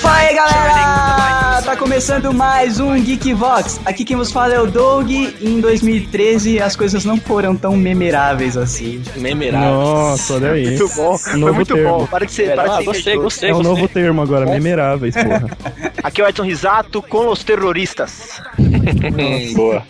Fala aí galera! Tá começando mais um Geekvox. Aqui quem nos fala é o Doug e em 2013 as coisas não foram tão memoráveis assim. Memerável. Nossa, olha aí. Tá. Muito bom, foi Novo muito termo. bom. Para que você. Para Ah, que você gostei, inventou. gostei, É um gostei. novo termo agora, memeráveis, porra. Aqui é o Edson Risato com os terroristas. Hum, boa.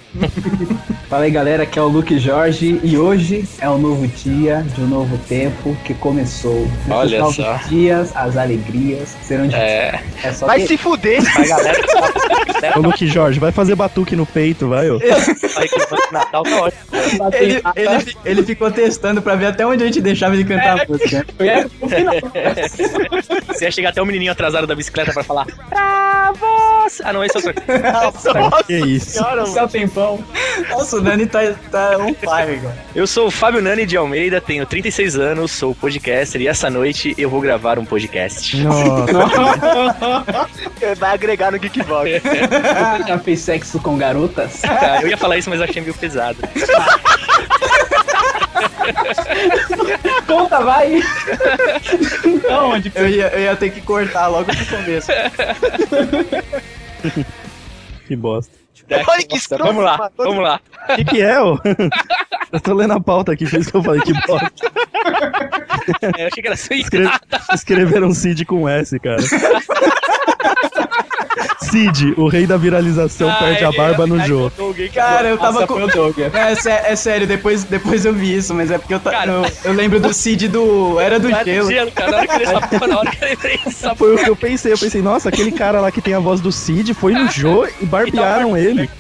Fala aí galera, aqui é o Luke Jorge e hoje é um novo dia de um novo tempo que começou. Nesses Olha novos só. dias, as alegrias serão de É. é só Vai ter- se fuder! A galera que tá- Ô, Luke Jorge, vai fazer batuque no peito, vai, ô. tá reclamando de Natal tá ótimo. Ele, ele, fi- ele ficou testando pra ver até onde a gente deixava ele É. cantar a música. Você ia chegar até o menininho atrasado da bicicleta pra falar pra você. Ah, não, esse é outro. Que isso. Senhora, mano. Só tempão. Nossa, o Nani tá, tá on fire, cara. Eu sou o Fábio Nani de Almeida, tenho 36 anos, sou podcaster e essa noite eu vou gravar um podcast. Nossa, vai agregar no Geekbox. Você já fez sexo com garotas? Cara, eu ia falar isso, mas achei meio pesado. Então tá, Conta, vai! Onde eu, ia, eu ia ter que cortar logo no começo. que bosta. Olha que escroto. Vamos lá, mano. vamos lá. O que, que é, ô? Eu tô lendo a pauta aqui, por isso que eu falei que bosta. É, eu achei que era só Escre- Escreveram Cid com S, cara. Cid, o rei da viralização, Ah, perde é. a barba no jogo. Cara, eu tava Nossa, com. foi o Doug. É, sé- é sério, depois, depois eu vi isso, mas é porque eu, ta- Cara. eu, eu lembro do Cid do. Era do gelo. Gelo, cara, na hora que eu li essa porra, na hora que eu lembrei dessa Foi o que eu pensei, eu pensei, nossa, aquele cara lá que tem a voz do Cid foi no Jô e barbearam ele.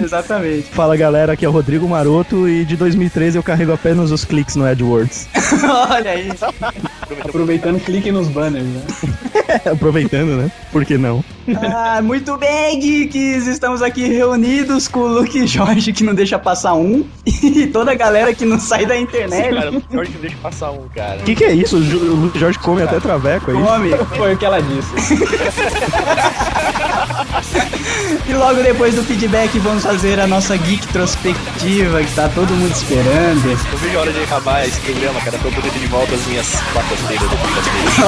Exatamente. Fala galera, aqui é o Rodrigo Maroto e de 2013 eu carrego apenas os cliques no AdWords. Olha aí. Aproveitando, clique nos banners, né? Aproveitando, né? Por que não? Ah, muito bem, geeks! Estamos aqui reunidos com o Luke Jorge, que não deixa passar um, e toda a galera que não sai da Né? internet. Cara, é pior que eu deixo passar um, cara. O que, que é isso? O Ju- o Jorge come até traveco é aí. Come. Foi o que ela disse. E logo depois do feedback vamos fazer a nossa geek prospectiva que tá todo mundo esperando. Eu vejo a hora de acabar esse programa, cara, pra eu poder ter de volta as minhas quartas-feiras do Podcast.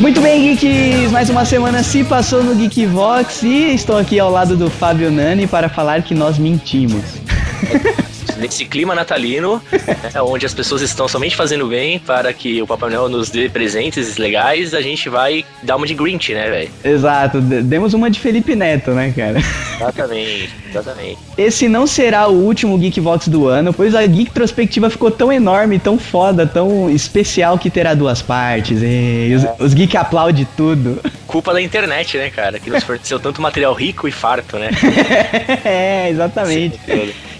Muito bem, geeks! Mais uma semana se passou no Geekvox e estou aqui ao lado do Fábio Nani para falar que nós mentimos. Nesse clima natalino, né, onde as pessoas estão somente fazendo bem para que o Papai Noel nos dê presentes legais, a gente vai dar uma de Grinch, né, velho? Exato, d- demos uma de Felipe Neto, né, cara? Exatamente, exatamente. Esse não será o último Geekvox do ano, pois a Geek Prospectiva ficou tão enorme, tão foda, tão especial que terá duas partes. E os, os Geek aplaudem tudo. Culpa da internet, né, cara? Que nos forneceu tanto material rico e farto, né? é, exatamente.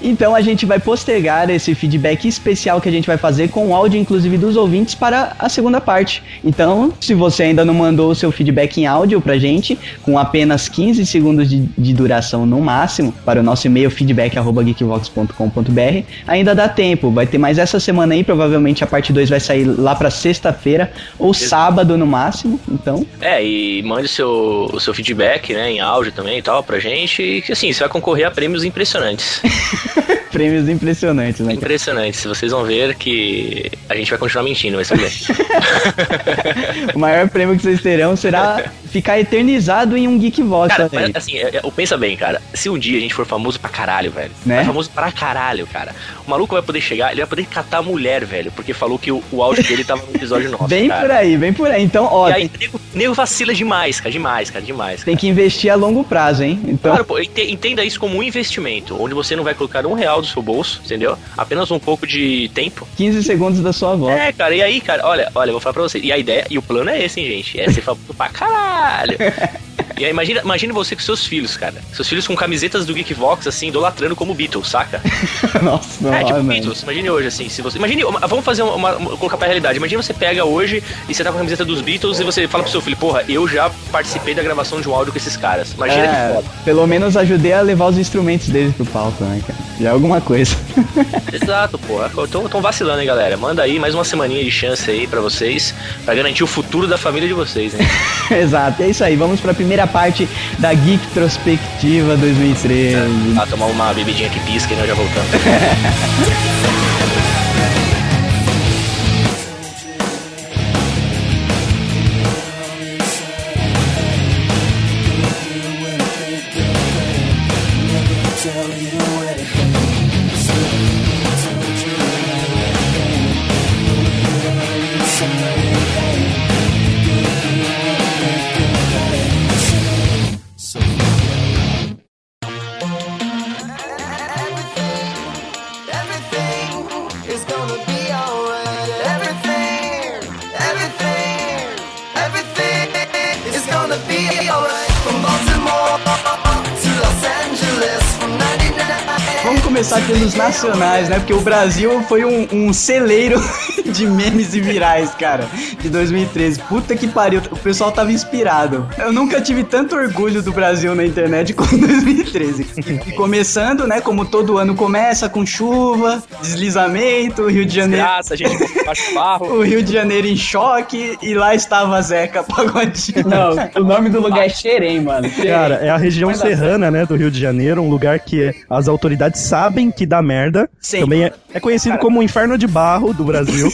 Então a gente vai postergar esse feedback especial que a gente vai fazer com o áudio, inclusive, dos ouvintes para a segunda parte. Então, se você ainda não mandou o seu feedback em áudio pra gente, com apenas 15 segundos de, de duração no máximo, para o nosso e-mail feedback.geekvox.com.br, ainda dá tempo. Vai ter mais essa semana aí, provavelmente a parte 2 vai sair lá pra sexta-feira ou sábado no máximo. Então, É, e mande o seu, o seu feedback, né, em áudio também e tal, pra gente. E que assim, você vai concorrer a prêmios impressionantes. prêmios impressionantes, Então, né? cara? Impressionantes. Vocês vão ver que a gente vai um continuar mentindo, mas tudo bem. O maior prêmio que vocês terão será ficar eternizado em um Geekvox. Cara, olha aí. mas, assim, é- é- eu pensa bem, cara. Se um dia a gente for famoso pra caralho, velho. Né? mas Famoso pra caralho, cara. O maluco vai poder chegar, ele vai poder catar a mulher, velho. Porque falou que o, o auge dele tava no episódio nosso. Bem é cara. por aí, bem por aí. Então, ó, E aí, tem, nego, nego vacila demais, cara. Demais, cara. Demais. tem cara. que investir a longo prazo, hein? Então, Claro, pô, ente- entenda isso como um investimento, onde você não vai colocar um real do seu bolso, entendeu? Apenas um pouco de tempo. 15 segundos da sua voz. É, cara, e aí, cara, olha, olha, eu vou falar pra vocês. E a ideia, e o plano é esse, hein, gente? É ser famoso pra caralho. E aí, imagina, imagina você com seus filhos, cara. Seus filhos com camisetas do Geekvox, assim, idolatrando como Beatles, saca? Nossa, não, É, tipo ah, mano. Beatles, imagine hoje, assim, se você. Imagine, uma- vamos fazer uma, uma- uma- colocar pra realidade. Imagina você pega hoje e você tá com a camiseta dos Beatles e você fala pro seu filho, porra, eu já participei da gravação de um áudio com esses caras. Imagina que É, foda. pelo menos ajudei a levar os instrumentos deles pro palco, né, cara? Já é alguma coisa. Exato, porra. Tão, tão vacilando, hein, galera. Manda aí mais uma semaninha de chance aí pra vocês, pra garantir o futuro da família de vocês, hein? Exato, é isso aí. Vamos pra primeira parte da Geek Prospectiva 2013. Ah, tomar uma bebidinha que pisca e nós já voltamos. Everything is gonna be alright. Everything, everything, everything is gonna be alright. From Baltimore to Los Angeles, from 99. Vamos começar pelos nacionais, né? Porque o Brasil foi um, um celeiro de memes e virais, cara, de 2013. Puta que pariu, o pessoal tava inspirado. Eu nunca tive tanto orgulho do Brasil na internet como em 2013. E, e começando, né? Como todo ano começa, com chuva, deslizamento, Rio É. de Janeiro. Graça, gente, baixo barro. O Rio de Janeiro em choque e lá estava Zeca Pagodinho. Não, o nome do lugar é Xerém, mano. Cara, é a região Vai dar serrana, né, do Rio de Janeiro, um lugar que as autoridades sabem que dá merda. Sim. Também é, é conhecido como o inferno de barro do Brasil.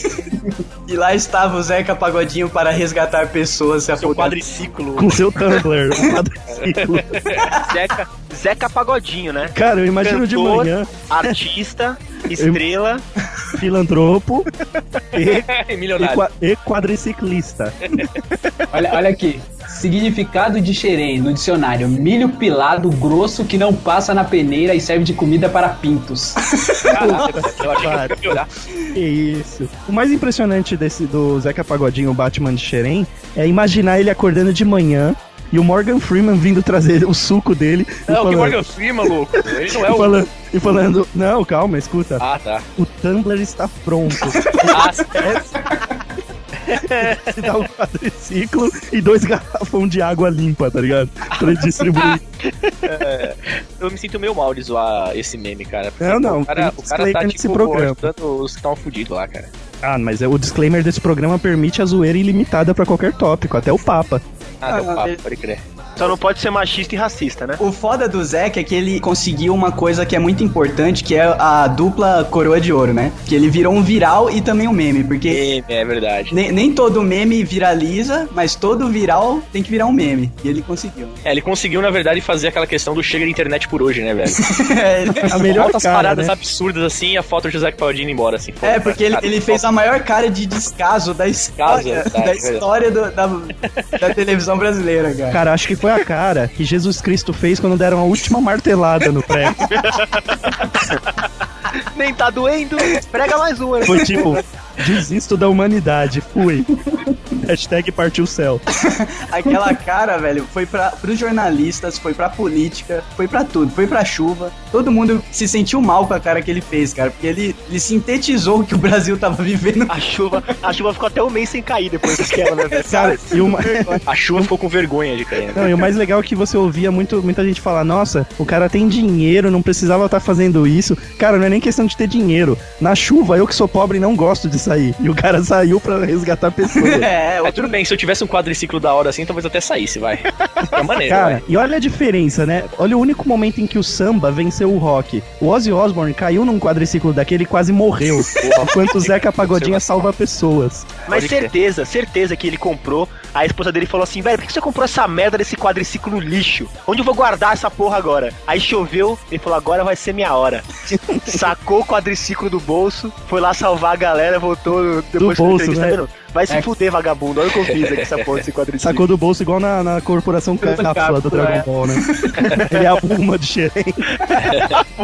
E lá estava o Zeca Pagodinho para resgatar pessoas se afogadas. Quadriciclo. com seu Tumblr, um quadriciclo. Zeca, Zeca Pagodinho, né? Cara, eu imagino de Cantor. manhã, Artista, estrela. filantropo e, e, Milionário. qua- e quadriciclista. Olha, olha aqui. Significado de xerém no dicionário: milho pilado grosso que não passa na peneira e serve de comida para pintos. Eu achei que eu ia piorar. Que isso. O mais impressionante desse do Zeca Pagodinho, o Batman de Xerém, é imaginar ele acordando de manhã e o Morgan Freeman vindo trazer o suco dele e, Não, que falando, Morgan Freeman, louco. Ele não é e, o. falando, e falando, não, calma, escuta, Ah, tá. o Tumblr está pronto. Ah, Se dá um quadriciclo e dois garrafões de água limpa, tá ligado? Pra ele distribuir. É, eu me sinto meio mal de zoar esse meme, cara. porque, Não, pô, não, O cara, tem o cara tá disclaimer nesse tipo programa. ajudando os que estão fudidos lá, cara. Ah, mas é- o disclaimer desse programa permite a zoeira ilimitada pra qualquer tópico, até o Papa. Ah, deu Ah, papo, ele- pode crer. Só não pode ser machista e racista, né? O foda do Zeca é que ele conseguiu uma coisa que é muito importante, que é a dupla coroa de ouro, né? Que ele virou um viral e também um meme, porque Meme, é verdade. nem, nem todo meme viraliza, mas todo viral tem que virar um meme. E ele conseguiu. É, ele conseguiu, na verdade, fazer aquela questão do chega de internet por hoje, né, velho? É, A melhor Altas cara, paradas né? absurdas assim e a foto do José Paulino embora, assim. é, porque ele, ele fez a maior cara de descaso da história, Descaso, é da, verdade. história do- da, da televisão brasileira, cara. Cara, acho que foi a cara que Jesus Cristo fez quando deram a última martelada no prédio. Nem tá doendo. Prega mais uma, né? Foi tipo, desisto da humanidade, fui. Hashtag partiu o céu. Aquela cara, velho, foi para pros jornalistas, foi pra política, foi pra tudo, foi pra chuva. Todo mundo se sentiu mal com a cara que ele fez, cara, porque ele, ele sintetizou o que o Brasil tava vivendo. A chuva, a chuva ficou até um mês sem cair depois daquela, né, velho? Cara, e o, ma- A chuva ficou com vergonha de cair. né? não, e o mais legal é que você ouvia muito, muita gente falar, nossa, o cara tem dinheiro, não precisava estar fazendo isso. Cara, não é nem questão de ter dinheiro. Na chuva, eu que sou pobre não gosto de sair. E o cara saiu pra resgatar pessoas. É, É, tudo bem, se eu tivesse um quadriciclo da hora assim, talvez eu até saísse, vai. É maneiro, Cara, vai. e olha a diferença, né? Olha o único momento em que o samba venceu o rock. O Ozzy Osbourne caiu num quadriciclo daquele e quase morreu. enquanto o Zeca Pagodinha salva pessoas. Mas Pode crer. certeza, certeza que ele comprou. A esposa dele falou assim: velho, por que você comprou essa merda desse quadriciclo lixo? Onde eu vou guardar essa porra agora? Aí choveu, ele falou: agora vai ser minha hora. Sacou o quadriciclo do bolso, foi lá salvar a galera, voltou botou depois Do da bolso, entrevista, né? tá vendo? Vai se fuder, vagabundo. Olha o que eu fiz aqui, essa porra desse quadriciclo. Sacou do bolso igual na, na corporação cápsula do Cápsula, Dragon é. Ball, né? Ele é a Bulma de Xerém.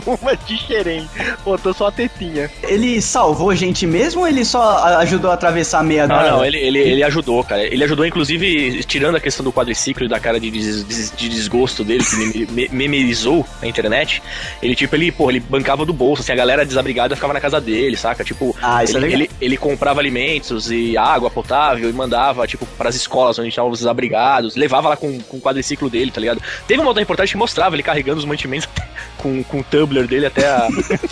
Uma de xerém. Botou só a tetinha. Ele salvou gente mesmo ou ele só a- ajudou a atravessar a meia Não, da- não, ele, ele, ele ajudou, cara. Ele ajudou, inclusive, tirando a questão do quadriciclo e da cara de, des- des- de desgosto dele, que meme- me- memerizou na internet. Ele, tipo, ele, pô, ele bancava do bolso, assim, a galera desabrigada ficava na casa dele, saca? Tipo, Ah, isso ele, é legal. ele, ele comprava alimentos e água potável e mandava, tipo, pras escolas onde estavam os desabrigados, levava lá com, com o quadriciclo dele, tá ligado? Teve uma outra reportagem que mostrava ele carregando os mantimentos com, com o tumbler dele até a,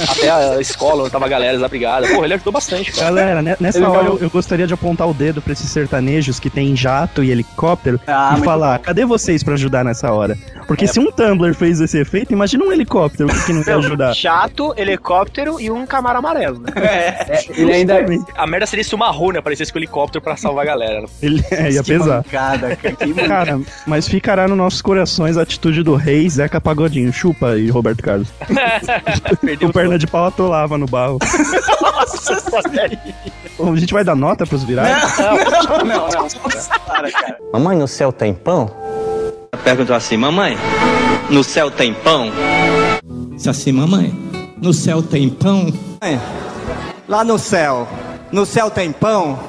até a escola onde tava a galera desabrigada. Porra, ele ajudou bastante, cara. Galera, né- nessa Ele hora acabou- eu, eu gostaria de apontar o dedo pra esses sertanejos que tem jato e helicóptero Ah, e muito falar, bom. cadê vocês pra ajudar nessa hora? Porque se um Tumblr fez esse efeito, imagina um helicóptero que que não quer ajudar. Chato, helicóptero e um camaro amarelo, né? É, ele ainda. A merda seria se o Marrone aparecesse com o helicóptero pra salvar a galera. Ele é, ia Que pesar. mancada, cara. Que man- Cara, mas ficará nos nossos corações a atitude do rei Zeca Pagodinho. Chupa aí, Roberto Carlos. Perdeu O perna de pau atolava no barro. A gente vai dar nota pros virais? não, não, não. Para, cara. Mamãe, no céu tem pão? Perguntou assim, mamãe, no céu tem pão? Disse assim, mamãe, no céu tem pão? Lá no céu, no céu tem pão?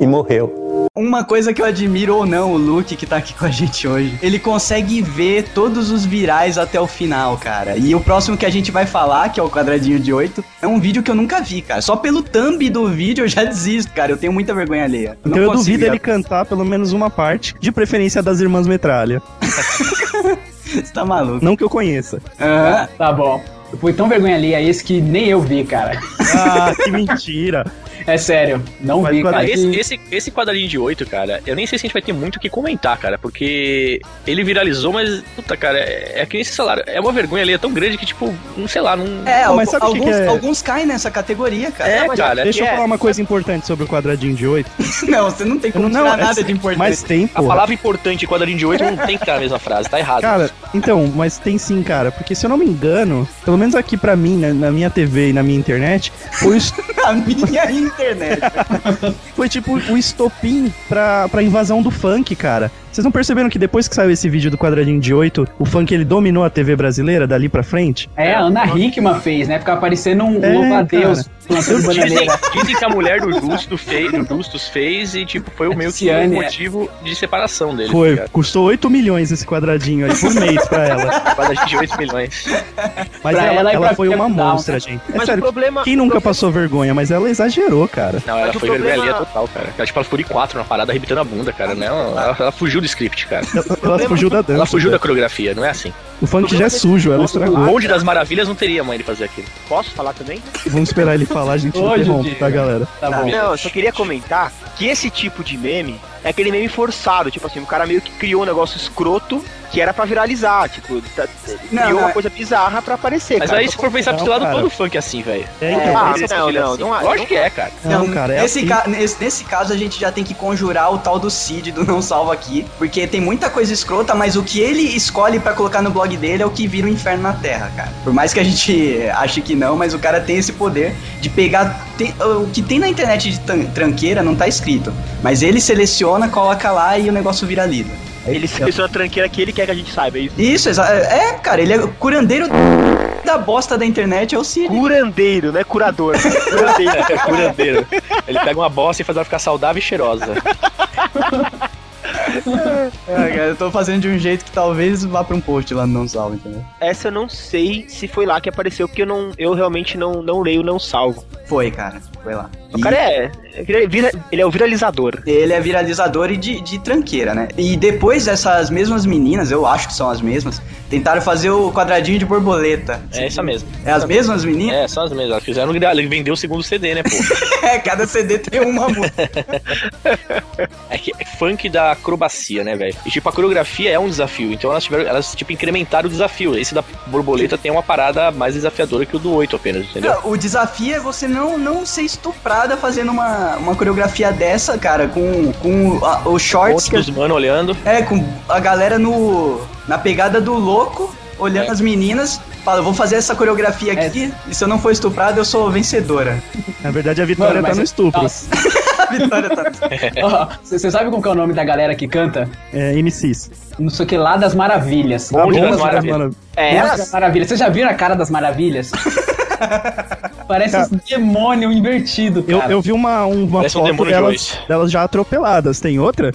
E morreu. Uma coisa que eu admiro ou não, o Luke que tá aqui com a gente hoje, ele consegue ver todos os virais até o final, cara. E o próximo que a gente vai falar, que é o quadradinho de 8, é um vídeo que eu nunca vi, cara. Só pelo thumb do vídeo eu já desisto, cara. Eu tenho muita vergonha alheia. Então eu duvido ele cantar pelo menos uma parte, de preferência das Irmãs Metralha. ele. Você tá maluco. Não que eu conheça. Aham. Tá bom. Foi tão vergonha ali a esse que nem eu vi, cara. Ah, que mentira. É sério, não Mas vi, quando cara. Esse, E- esse, esse quadradinho de 8, cara, eu nem sei se a gente vai ter muito o que comentar, cara, porque ele viralizou, mas, puta, cara, é, é que nem esse salário. É uma vergonha ali, é tão grande que, tipo, não sei lá, não. É, Não, algu- mas sabe o que alguns, que é? alguns caem nessa categoria, cara. É, cara. Deixa eu é. falar uma coisa importante sobre o quadradinho de 8. Não, você não tem como tirar nada de importante. Mas tem, A porra. palavra importante e quadradinho de 8 não tem que estar na mesma frase, tá errado. Cara, então, mas tem sim, cara. Porque se eu não me engano, pelo menos aqui pra mim, na, na minha TV e na minha internet, foi, o es- na minha é internet. foi tipo o estopim pra, pra invasão do funk, cara. Vocês não perceberam que depois que saiu esse vídeo do quadradinho de 8, o funk ele dominou a TV brasileira dali pra frente? É, a Ana Hickman fez, né? Ficava parecendo um É, louva-a-Deus plantando Dizem, bananeira. dizem que a mulher do Justo fez, do Justus fez e, tipo, foi o meio que o Ciane, é. motivo de separação dele. tá Foi, Cara. custou 8 milhões esse quadradinho aí por mês pra ela. Quadradinho de 8 milhões. Mas Pra ela, ela e ela pra foi uma Captain Down, monstra, gente. É Mas o sério, problema. quem nunca passou vergonha, mas ela exagerou, cara. Não, ela Mas o foi problema- vergonha alheia total, cara. Ela, tipo, ela ficou de quatro na parada, arrebitando a bunda, cara. Não, ela, ela fugiu do script, cara. Ela fugiu da dança. Ela fugiu da cara. coreografia, não é assim. O funk já é sujo, ela O Ah, estragou. Monte das Maravilhas não teria mãe de fazer aquilo. Posso falar também? Vamos esperar ele falar, a gente Ô, interrompe, Didi. tá, galera? Tá bom. Não, eu só queria comentar que esse tipo de meme é aquele meme forçado, tipo assim, o cara meio que criou um negócio escroto que era pra viralizar, tipo, ele tá- ele Não, criou não. é. uma coisa bizarra pra aparecer, Mas É, cara. aí, se for pensar pro não, esse lado, cara. todo funk é assim, velho. É, então, Ah, mas Esse não, filho é não, assim. não, há- Lógico que é, cara. Não, cara, é nesse, assim. ca- nesse, nesse caso a gente já tem que conjurar o tal do Cid do Não Salva aqui, porque tem muita coisa escrota, mas o que ele escolhe pra colocar no blog dele é o que vira o inferno na Terra, cara. Por mais que a gente ache que não, mas o cara tem esse poder de pegar tem- o que tem na internet de tan- tranqueira não tá escrito, mas ele seleciona, coloca lá e o negócio viraliza. Ele expressou a é tranqueira que ele quer que a gente saiba. é Isso. Isso, exa- é, cara, ele é o curandeiro da bosta da internet, é o Cid. Curandeiro, né? Curador. Curandeiro. É curandeiro. Ele pega uma bosta e faz ela ficar saudável e cheirosa. É, cara, eu tô fazendo de um jeito que talvez vá pra um post lá no Não Salva, entendeu? Essa eu não sei se foi lá que apareceu, porque eu, não, eu realmente não, não leio, não salvo. Foi, cara, foi lá. O cara é. é vira- vira- ele é o viralizador. Ele é viralizador e de, de tranqueira, né? E depois essas mesmas meninas, eu acho que são as mesmas, tentaram fazer o quadradinho de borboleta. É essa mesmo. É as mesmas meninas? É, são as mesmas. Elas fizeram. Ele vendeu o segundo CD, né, pô? É, cada CD tem uma música. É que é funk da acrobacia, né, velho? E tipo, a coreografia é um desafio. Então elas tiveram. Elas, tipo, incrementaram o desafio. Esse da borboleta tem uma parada mais desafiadora que o do 8 apenas, entendeu? Não, O desafio é você não, não ser estuprada fazendo uma, uma coreografia dessa, cara, com, com a- os é Um shorts monte que dos mano olhando. É, com a galera no. na pegada do louco, olhando as meninas, Fala, eu vou fazer essa coreografia aqui e se eu não for estuprada, eu sou vencedora. Na verdade, a Vitória Mano, tá mas no é- estupro. Nossa. A Vitória tá. Você sabe como que é o nome da galera que canta? É, Inicis. Não sei o que lá das maravilhas. A Bonde das bomba Maravilhas. Tá É das maravilhas. Vocês já viram a cara das maravilhas? Parece um demônio invertido, Eu, cara. eu vi uma, uma Parece um foto demônio de delas, Joyce. delas já atropeladas. Tem outra?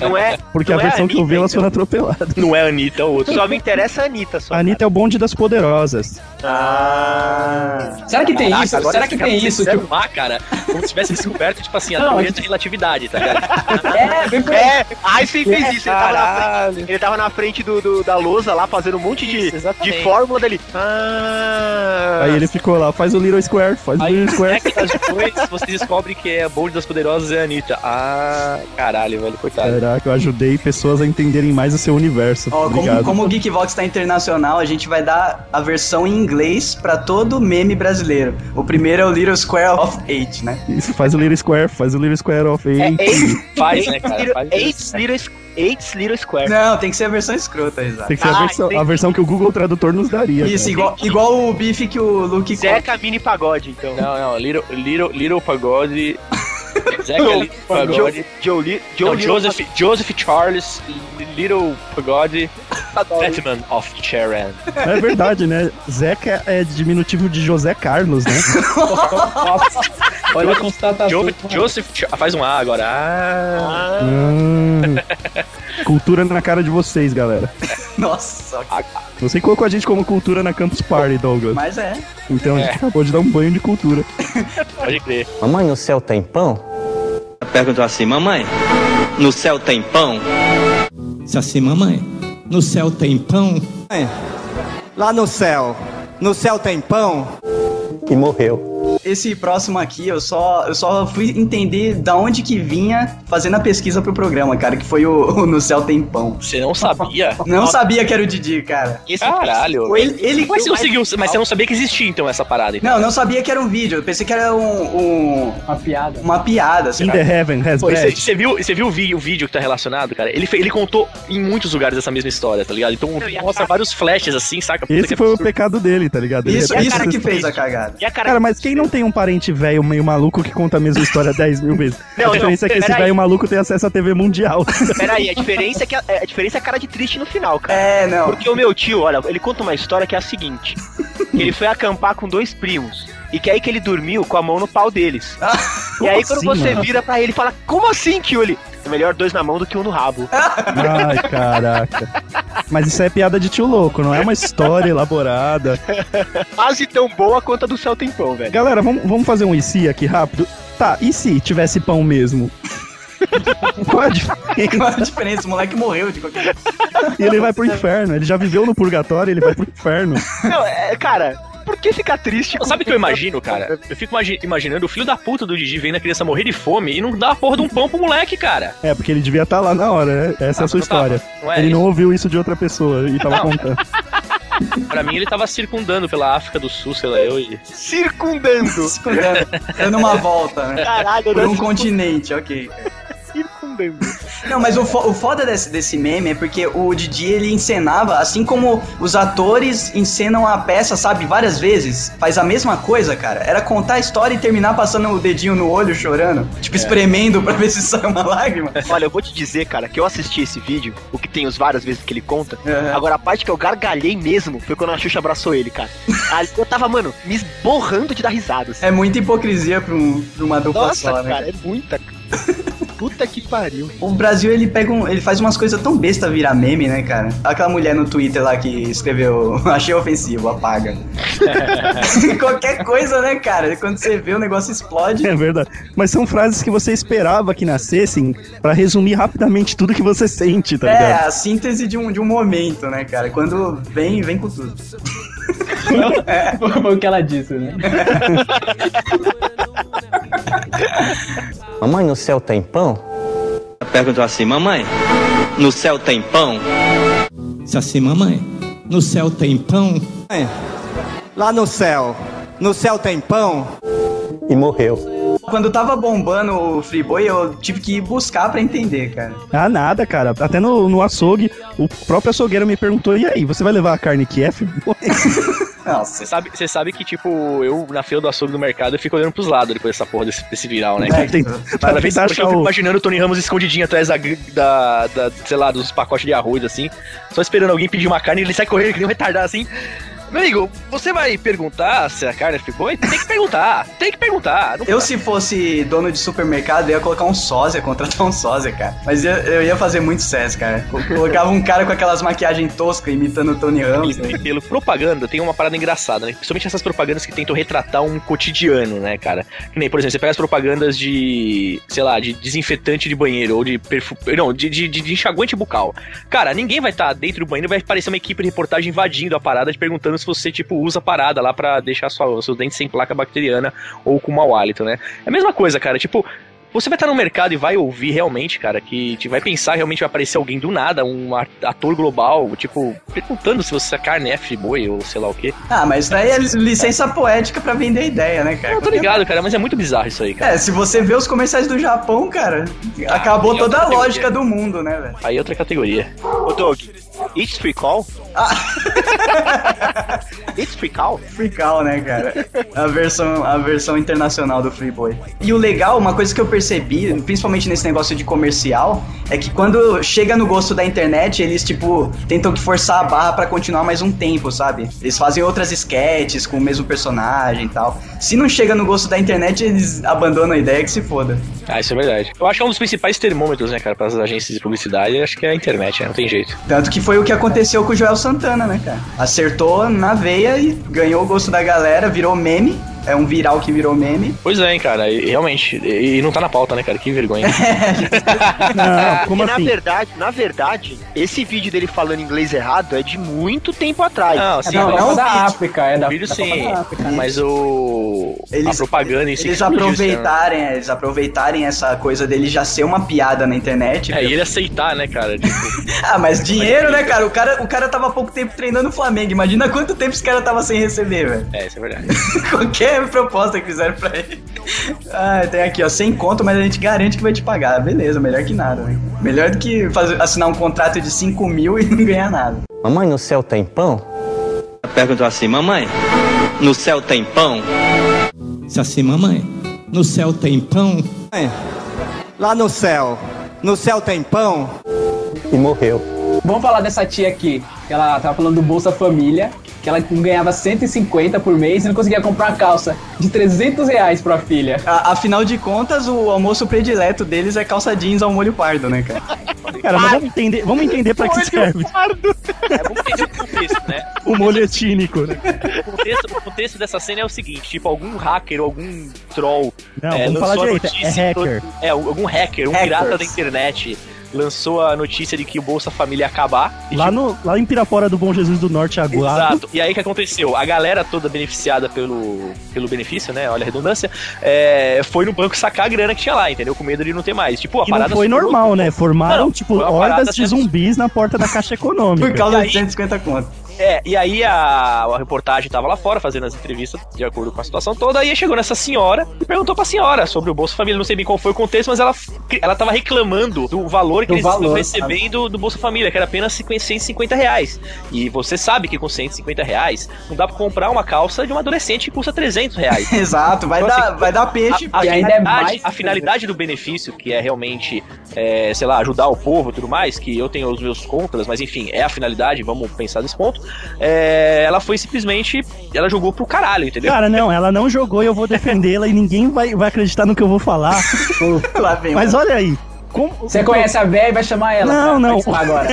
Não é. Porque não a é versão que eu vi, Anitta, elas foram atropeladas. Não é a Anitta, é o outro. então. Só me interessa a Anitta só. A Anitta é o bonde das poderosas. Ah. Será que tem Caraca, isso? agora Será você que tá tem isso? tipo? pensando lá, cara, como se tivesse descoberto, tipo assim, a Não, teoria a gente- da relatividade, tá ligado? Tipo, é, bem por aí. É, Einstein fez isso. Ele tava na frente, ele tava na frente do, do- da lousa lá fazendo um monte de, de fórmula dele. Ah. Aí ele ficou lá, faz o Little Square, faz o Aí, Little Square. décadas depois, você descobre que é a Bold das Poderosas é a Anitta. Ah, caralho, velho, coitado. Caraca, eu ajudei pessoas a entenderem mais o seu universo. tá Ó, como, Obrigado. como o Geekvox tá internacional, a gente vai dar a versão em inglês pra todo meme brasileiro. O primeiro é o Little Square of Eight, né? Isso, faz o Little Square, faz o Little Square of É, Eight. Faz, né, cara? Little- Faz É Eight little, Squ- Eight little Square. Não, tem que ser a versão escrota, exato. Tem que ser a Ah, versão, a entendi. versão que o Google Tradutor nos daria. Isso, cara. igual, igual o bife que o Luke Zeca Mini Pagode, então. Não, não, Little, little, little Pagode. Zeca Little Pagode. Joe, Li- Joe Não, Little Joseph, Joseph Charles, Little Pagode, Batman of Charan. É verdade, né? Zeca é diminutivo de José Carlos, né? Nossa, olha a constatação. Jo- Joseph, Char- faz um A agora. Ah, Hum. cultura na cara de vocês, galera. Nossa, Você colocou a gente como cultura na Campus Party, Douglas. mas é. Então a gente É. acabou de dar um banho de cultura. pode crer. Mamãe, no céu tem pão? Perguntou assim, mamãe, no céu tem pão? Disse assim, mamãe, no céu tem pão? Lá no céu, no céu tem pão? E morreu. Esse próximo aqui, eu só, eu só fui entender da onde que vinha fazendo a pesquisa pro programa, cara, que foi o, o No Céu Tem Pão. Você não sabia? Não sabia que era o Didi, cara. Esse Caralho. Ele, ele- Mas você, não seguiu, mas você não sabia que existia então essa parada. Então. Não, não sabia que era um vídeo. Eu pensei que era um, um- tipo, Uma piada. uma piada, sei In lá. the heaven has Pô, e Você bread. você viu, você viu o, vi- o vídeo que tá relacionado, cara? Ele, fe- ele contou em muitos lugares essa mesma história, tá ligado? Então mostra vários flashes assim, saca? Puta Esse que foi o absurdo. pecado dele, tá ligado? Ele Isso, é isso que pessimista. fez a cagada. E a cara, Cara, mas quem não tem um parente velho meio maluco que conta a mesma história 10 mil vezes? Não, a diferença não, é que esse peraí. velho maluco tem acesso à TV mundial. peraí, a diferença, é que a, a diferença é a cara de triste no final, cara. É, não. Porque o meu tio, olha, ele conta uma história que é a seguinte: que ele foi acampar com dois primos. E que aí que ele dormiu com a mão no pau deles. e aí quando assim, você mano? vira pra ele e fala, como assim, tio? Ele. É melhor dois na mão do que um no rabo. Ai, caraca. Mas isso é piada de tio louco, não é uma história elaborada. Quase tão boa quanto a do céu tem pão, velho. Galera, vamos, vamos fazer um e se aqui rápido? Tá, e se tivesse pão mesmo? Qual é a diferença? Qual a diferença? O moleque morreu de qualquer jeito. E ele vai pro inferno. Ele já viveu no purgatório, ele vai pro inferno. Não, é, cara, por que ficar triste? Pô, com- Sabe o que eu imagino, cara? Eu fico imagi- imaginando o filho da puta do Didi vendo a criança morrer de fome e não dá a porra de um pão pro moleque, cara. É, porque ele devia estar lá na hora, né? Essa é Ah, a sua não tava. história. Não é ele isso. não ouviu isso de outra pessoa e tava Não. contando. Pra mim, ele tava circundando pela África do Sul, sei lá, eu e. Circundando. Se cuidando. Dando uma volta, né? Caralho, eu Por não um continente, ok. circundando. Não, mas o, fo- o foda desse, desse meme é porque o Didi ele encenava, assim como os atores encenam a peça, sabe, várias vezes, faz a mesma coisa, cara. Era contar a história e terminar passando o dedinho no olho, chorando, tipo, É. espremendo pra ver se sai uma lágrima. Olha, eu vou te dizer, cara, que eu assisti esse vídeo, o que tem os várias vezes que ele conta. Uhum. Agora, a parte que eu gargalhei mesmo foi quando a Xuxa abraçou ele, cara. Ali eu tava, mano, me esborrando de dar risada. assim. É muita hipocrisia pra, um- pra uma dupla Nossa, só, né? cara, é muita. Puta que pariu. O Brasil, ele pega um, ele faz umas coisas tão besta virar meme, né, cara? Aquela mulher no Twitter lá que escreveu, achei ofensivo, apaga. Qualquer coisa, né, cara? Quando você vê o negócio explode. É verdade. Mas são frases que você esperava que nascessem pra resumir rapidamente tudo que você sente, tá É, ligado? a síntese de um, de um momento, né, cara? Quando vem, vem com tudo. Foi o que ela disse, né? Mamãe, no céu tem pão? Perguntou assim, mamãe, no céu tem pão? Disse assim, mamãe, no céu tem pão? Lá no céu, no céu tem pão? E morreu. Quando tava bombando o Freeboy, eu tive que ir buscar pra entender, cara. Ah, nada, cara. Até no, no açougue, o próprio açougueiro me perguntou: e aí, você vai levar a carne que é, Freeboy? Nossa. Você sabe, você sabe que, tipo, eu na fila do açougue do mercado eu fico olhando pros lados depois dessa porra desse, desse viral, né? Tem- Cada pra vez tentar depois achar eu fico o. imaginando o Tony Ramos escondidinho atrás da, gr- da, da, sei lá, dos pacotes de arroz, assim, só esperando alguém pedir uma carne e ele sai correndo que nem um retardado, assim. Meu amigo, você vai perguntar se a carne ficou? Tem que perguntar, tem que perguntar. Não Eu, se fosse dono de supermercado, eu ia colocar um sósia, contratar um sósia, cara. Mas eu, eu ia fazer muito sucesso, cara. Co- Colocava um cara com aquelas maquiagens toscas imitando o Tony Ramos. Isso, né? Pelo propaganda, tem uma parada engraçada, né? Principalmente essas propagandas que tentam retratar um cotidiano, né, cara? Que nem, por exemplo, você pega as propagandas de, sei lá, de desinfetante de banheiro ou de perfume. Não, de, de, de- de enxaguante bucal. Cara, ninguém vai estar dentro do banheiro e vai aparecer uma equipe de reportagem invadindo a parada, te perguntando se você, tipo, usa a parada lá pra deixar sua, seus dentes sem placa bacteriana ou com mau hálito, né? É a mesma coisa, cara. Tipo, você vai estar no mercado e vai ouvir realmente, cara, que te vai pensar realmente vai aparecer alguém do nada, um ar- ator global, tipo, perguntando se você a carne é friboi ou sei lá o quê. Ah, mas isso daí é licença poética pra vender ideia, né, cara? Eu tô ligado, cara, mas é muito bizarro isso aí, cara. É, se você vê os comerciais do Japão, cara, Ah, acabou tem toda outra a teoria. lógica do mundo, né, velho? Aí é outra categoria. Ô, Doug, it's free call? Ah. it's free call? Freakal, né, cara? A versão, a versão internacional do Freeboy. E o legal, uma coisa que eu percebi, principalmente nesse negócio de comercial, é que quando chega no gosto da internet, eles, tipo, tentam que forçar a barra pra continuar mais um tempo, sabe? Eles fazem outras sketches com o mesmo personagem e tal. Se não chega no gosto da internet, eles abandonam a ideia que se foda. Ah, isso é verdade. Eu acho que é um dos principais termômetros, né, cara, para as agências de publicidade, eu acho que é a internet, né? Não tem jeito. Tanto que foi o que aconteceu com o Joel Santana, né, cara? Acertou na veia e ganhou o gosto da galera, virou meme. É um viral que virou meme. Pois é, hein, cara, e- realmente. E, e não tá na pauta, né, cara? Que vergonha. Não, como Porque, Ah, na assim? verdade, na verdade, esse vídeo dele falando inglês errado é de muito tempo atrás. É, Não, sim, não, mas- não não, da vídeo. África, é da, Vídeo da sim, Copa da África. mas o. a propaganda em si eles que explodiu né? esse ano. aproveitarem, é, eles aproveitarem essa coisa dele já ser uma piada na internet. É, e ele aceitar, né, cara? Tipo, Ah, mas dinheiro, né, cara? O cara, o cara tava há pouco tempo treinando o Flamengo. Imagina quanto tempo esse cara tava sem receber, velho. é, isso é verdade. Qualquer proposta que fizeram pra ele. Ah, tem aqui, ó, sem conto, mas a gente garante que vai te pagar. Beleza, melhor que nada, né? Melhor do que fazer, assinar um contrato de 5 mil e não ganhar nada. Mamãe, no céu tem pão? Perguntou assim, mamãe, no céu tem pão? Disse assim, mamãe, no céu tem pão? Mãe, Lá no céu, no céu tem pão? E morreu. Vamos falar dessa tia aqui, que ela tava falando do Bolsa Família, que ela ganhava 150 por mês e não conseguia comprar uma calça de 300 reais pra filha. A- afinal de contas, o almoço predileto deles é calça jeans ao molho pardo, né, cara? Cara, mas vamos entender, vamos entender pra que serve É, vamos entender o contexto, né? o molho etínico, né? O contexto, o contexto dessa cena é o seguinte: tipo, algum hacker, algum troll. Não, é, lançou vamos falar a direito. É notícia- hacker. É, algum hacker, um Hackers. pirata da internet. Lançou a notícia de que o Bolsa Família ia acabar. E, Lá, tipo, no, lá em Pirapora do Bom Jesus do Norte agora. Exato. E aí o que aconteceu? A galera toda beneficiada pelo, pelo benefício, né? Olha a redundância. é, foi no banco sacar a grana que tinha lá, entendeu? Com medo de não ter mais. Tipo, a Que não parada foi superou normal, né? Formaram, Não, tipo, foi uma parada hordas de até- zumbis na porta da Caixa Econômica. Por causa E aí? de 150 conto. É, e aí a, a reportagem tava lá fora fazendo as entrevistas de acordo com a situação toda, aí chegou nessa senhora e perguntou pra senhora sobre o Bolsa Família, não sei bem qual foi o contexto, mas ela, ela tava reclamando do valor que Do eles estavam valor, recebendo do Bolsa Família, que era apenas 50 150 reais. E você sabe que com 150 reais não dá pra comprar uma calça de um adolescente que custa 300 reais. Exato, vai, Então, dar, assim, vai dar peixe. A, a E ainda é finalidade, mais- a finalidade do benefício, que é realmente, é, sei lá, ajudar o povo e tudo mais, que eu tenho os meus contras, mas enfim, é a finalidade, vamos pensar nesse ponto. é, ela foi simplesmente. Ela jogou pro caralho, entendeu? Cara, não, ela não jogou e eu vou defendê-la e ninguém vai, vai acreditar no que eu vou falar. Lá vem. Mas olha aí. Como, Você conhece a véia e vai chamar ela. Não, pra não. participar Agora.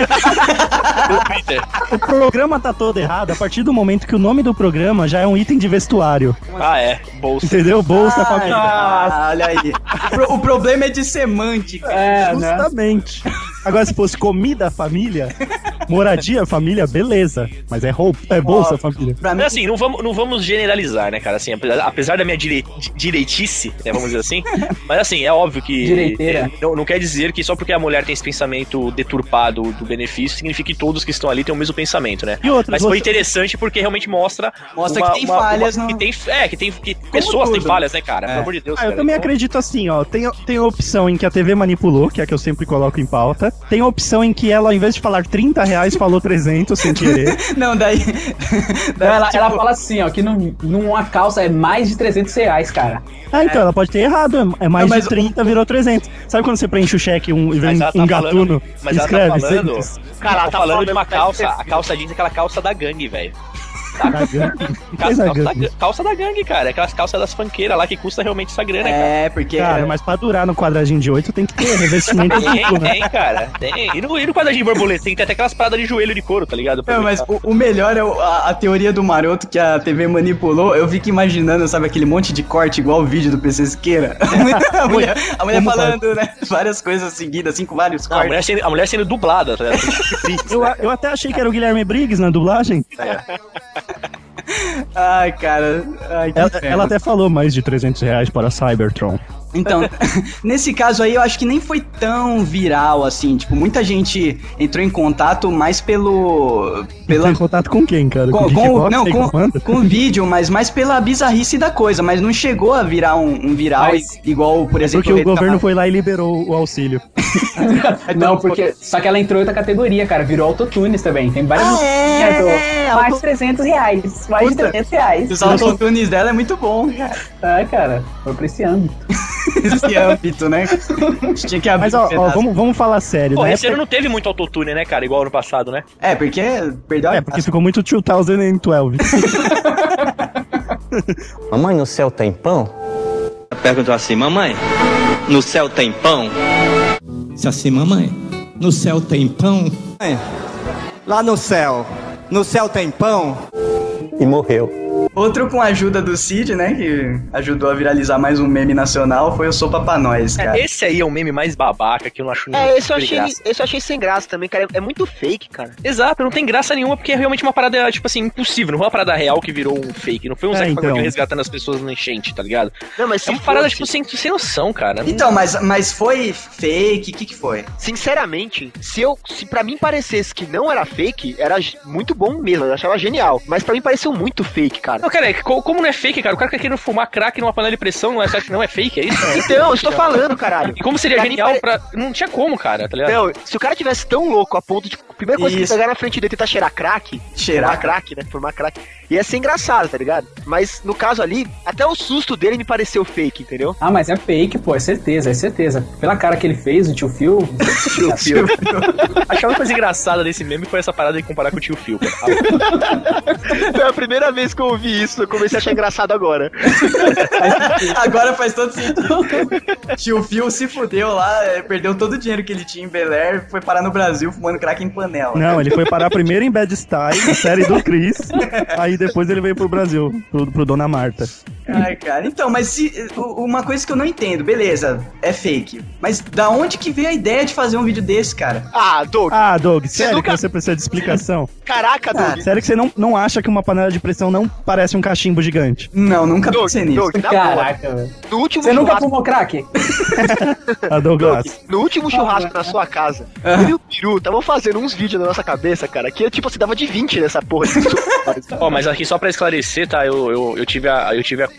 O programa tá todo errado a partir do momento que o nome do programa já é um item de vestuário. Ah, é. Bolsa. Entendeu? Bolsa, família. Ah, olha aí. O, pro- o problema é de semântica. É, né? Justamente. Agora, se fosse comida, família, Moradia, família, beleza. Mas é roupa, é bolsa, família. Pra mim, Mas assim, não vamos, não vamos generalizar, né, cara? Assim, apesar, apesar da minha direi- di- direitice, né, vamos dizer assim, mas assim, é óbvio que. Direiteira. é, não, não quer dizer que só porque a mulher tem esse pensamento deturpado do benefício, significa que todos que estão ali têm o mesmo pensamento, né? E outra, Mas você- foi interessante porque realmente mostra. Mostra que tem falhas no- que tem, É, que tem. Que pessoas têm tudo. falhas, né, cara? É. Pelo amor de Deus. Ah, eu cara. também Então- acredito assim, ó. Tem, tem a opção em que a TV manipulou, que é a que eu sempre coloco em pauta. Tem a opção em que ela, ao invés de falar 30 reais, falou 300 sem querer. Não, daí. Não, daí ela, tipo, ela fala assim, ó, que num- numa calça é mais de 300 reais, cara. Ah, É. então, ela pode ter errado. É é mais Não, mas de 30, virou 300. Sabe quando você preenche o cheque um, e vem Mas ela tá um falando- gatuno Mas e ela tá escreve? falando. 100? Cara, ela tá falando de uma que calça. A calça jeans é aquela calça da gangue, velho. Calça, Tá Coisa calça da, grande. gan- calça da gangue, cara. É Aquelas calças das funkeiras lá que custa realmente essa grana, cara. É, porque. Cara, mas pra durar no quadradinho de 8 tem que ter revestimento Tem, duplo, né? tem, cara. Tem. E no, e no quadradinho de borboleta, tem que ter até aquelas paradas de joelho de couro, tá ligado? Pra Não, mas o, o melhor é o- a, a teoria do maroto que a TV manipulou. Eu fico imaginando, sabe, aquele monte de corte igual o vídeo do PC Siqueira. a mulher, a mulher Como falando, né? Várias coisas seguidas, assim, com vários Ah, a, cortes. mulher sendo, a mulher sendo dublada, tá ligado? Eu, eu até achei que era o Guilherme Briggs na dublagem. Ai, cara. Ai, que Ela, É. inferno. ela até falou mais de 300 reais para Cybertron. Então, nesse caso aí, eu acho que nem foi tão viral assim. Tipo, muita gente entrou em contato mais pelo. Tá pela. em contato com quem, cara? Com, com, Kickbox, não, sem com, comando? com o vídeo, mas mais pela bizarrice da coisa. Mas não chegou a virar um, um viral Mas- igual, por exemplo, É Porque o tá Rede governo Camargo. foi lá e liberou o auxílio. Não, porque. Só que ela entrou em outra categoria, cara. Virou autotunes também. Tem várias. Ah, é, musiquinhas então, é, mais auto- de 300 reais. Mais de Puta. 300 reais. Os autotunes dela é muito bom, cara. Ah, cara. Foi pra esse âmbito. Esse âmbito, né? Tinha que abrir Mas ó, um ó, pedaço. vamos, vamos falar sério. né? Pô, na esse ano época, não teve muito autotune, né, cara? Igual ano passado, né? É, porque um- perdeu a é, porque ficou muito 2012. Mamãe, no céu tem pão? Perguntou assim, mamãe, no céu tem pão? Se assim, mamãe, no céu tem pão? Lá no céu, no céu tem pão? E morreu. Outro com a ajuda do Cid, né? Que ajudou a viralizar mais um meme nacional foi o Sopa Pra Nós, cara. Esse aí é um meme mais babaca que eu não acho É, nenhum esse eu, tipo de achei, graça. esse eu achei sem graça também, cara. É muito fake, cara. Exato, não tem graça nenhuma porque é realmente uma parada, tipo assim, impossível. Não foi uma parada real que virou um fake. Não foi um É, Zac Pagodinho então. resgatando as pessoas na enchente, tá ligado? Não, mas É uma se parada, fosse- tipo, sem, sem noção, cara. Então, mas, mas foi fake? O que, que foi? Sinceramente, se eu, se para mim parecesse que não era fake, era g- muito bom mesmo, eu achava genial. Mas pra mim pareceu muito fake, cara. Não, cara, é que co- como não é fake, cara? O cara que tá querendo fumar crack numa panela de pressão, não é, você acha que não é fake, é isso? Então, eu estou falando, caralho. E como seria Pra mim genial pare- pra. Não tinha como, cara, tá ligado? Então, se o cara tivesse tão louco a ponto de a primeira coisa Isso. que pegar na frente dele é tentar cheirar crack, Cheirar formar crack, né? Formar crack. Ia ser engraçado, tá ligado? Mas no caso ali, até o susto dele me pareceu fake, entendeu? Ah, mas é fake, pô. É certeza, é certeza. Pela cara que ele fez, o tio Phil. Tio Phil. Acho que a única coisa engraçada desse meme foi essa parada de comparar com o tio Phil. cara. Foi a primeira vez que eu ouvi isso, eu comecei a achar engraçado agora. Agora faz todo sentido. Tio Phil se fudeu lá, eh, perdeu todo o dinheiro que ele tinha em Bel Air, foi parar no Brasil fumando crack em panela. Não, ele foi parar primeiro em Bad Style, na série do Chris. Aí depois ele veio pro Brasil, pro, pro Dona Marta. Ai, cara. Então, mas se, u- uma coisa que eu não entendo, beleza, é fake. Mas da onde que veio a ideia de fazer um vídeo desse, cara? Ah, Doug, Ah, Doug, sério nunca- que você precisa de explicação? Ah, caraca, Doug. Sério que você não, não acha que uma panela de pressão não parece um cachimbo gigante? Não, tá nunca Doug, pensei nisso. Doug, na Tá boa, Caraca, velho. no último Você nunca churrasco, fumou crack? A É, Douglas. no último né? churrasco na sua casa, eu e o Peru estavam fazendo uns vídeos na nossa cabeça, cara, que tipo, você dava de 20 nessa porra. Ó, mas aqui só pra esclarecer, tá? Eu, eu, eu tive, a, eu tive a,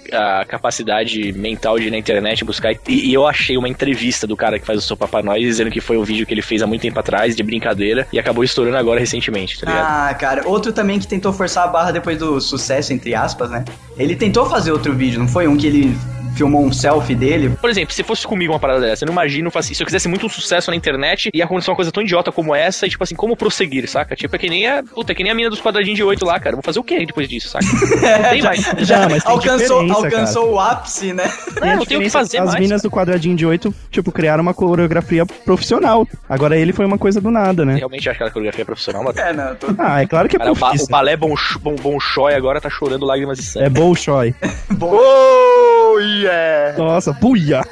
a capacidade mental de ir na internet buscar e, e eu achei uma entrevista do cara que faz o Sopa Pra Nós dizendo que foi um vídeo que ele fez há muito tempo atrás, de brincadeira, e acabou estourando agora recentemente, tá ligado? Ah, cara, outro também que tentou forçar a barra depois do sucesso, entre aspas, né? Ele tentou fazer outro vídeo, não foi um que ele filmou um selfie dele? Por exemplo, se fosse comigo uma parada dessa, eu não imagino, fazer- se eu quisesse muito um sucesso na internet e acontecer uma coisa tão idiota como essa, e tipo assim, como prosseguir, saca? Tipo, é que nem a, puta, é que nem a mina dos quadradinhos de oito lá, cara. Vou fazer o quê depois disso, saca? Não tem mais. Não, mas tem alcançou diferença, alcançou o ápice, né? Não, não tem o que fazer As mais. minas do quadradinho de 8, tipo, criaram uma coreografia profissional. Agora ele foi uma coisa do nada, né? Realmente acho que a coreografia é profissional, mas É, não, tô... Ah, é claro que é Cara, o, ba o profissa. balé Bonchói agora tá chorando lágrimas de sangue. É Bolshoi. Oh, e Yeah. Nossa, buia!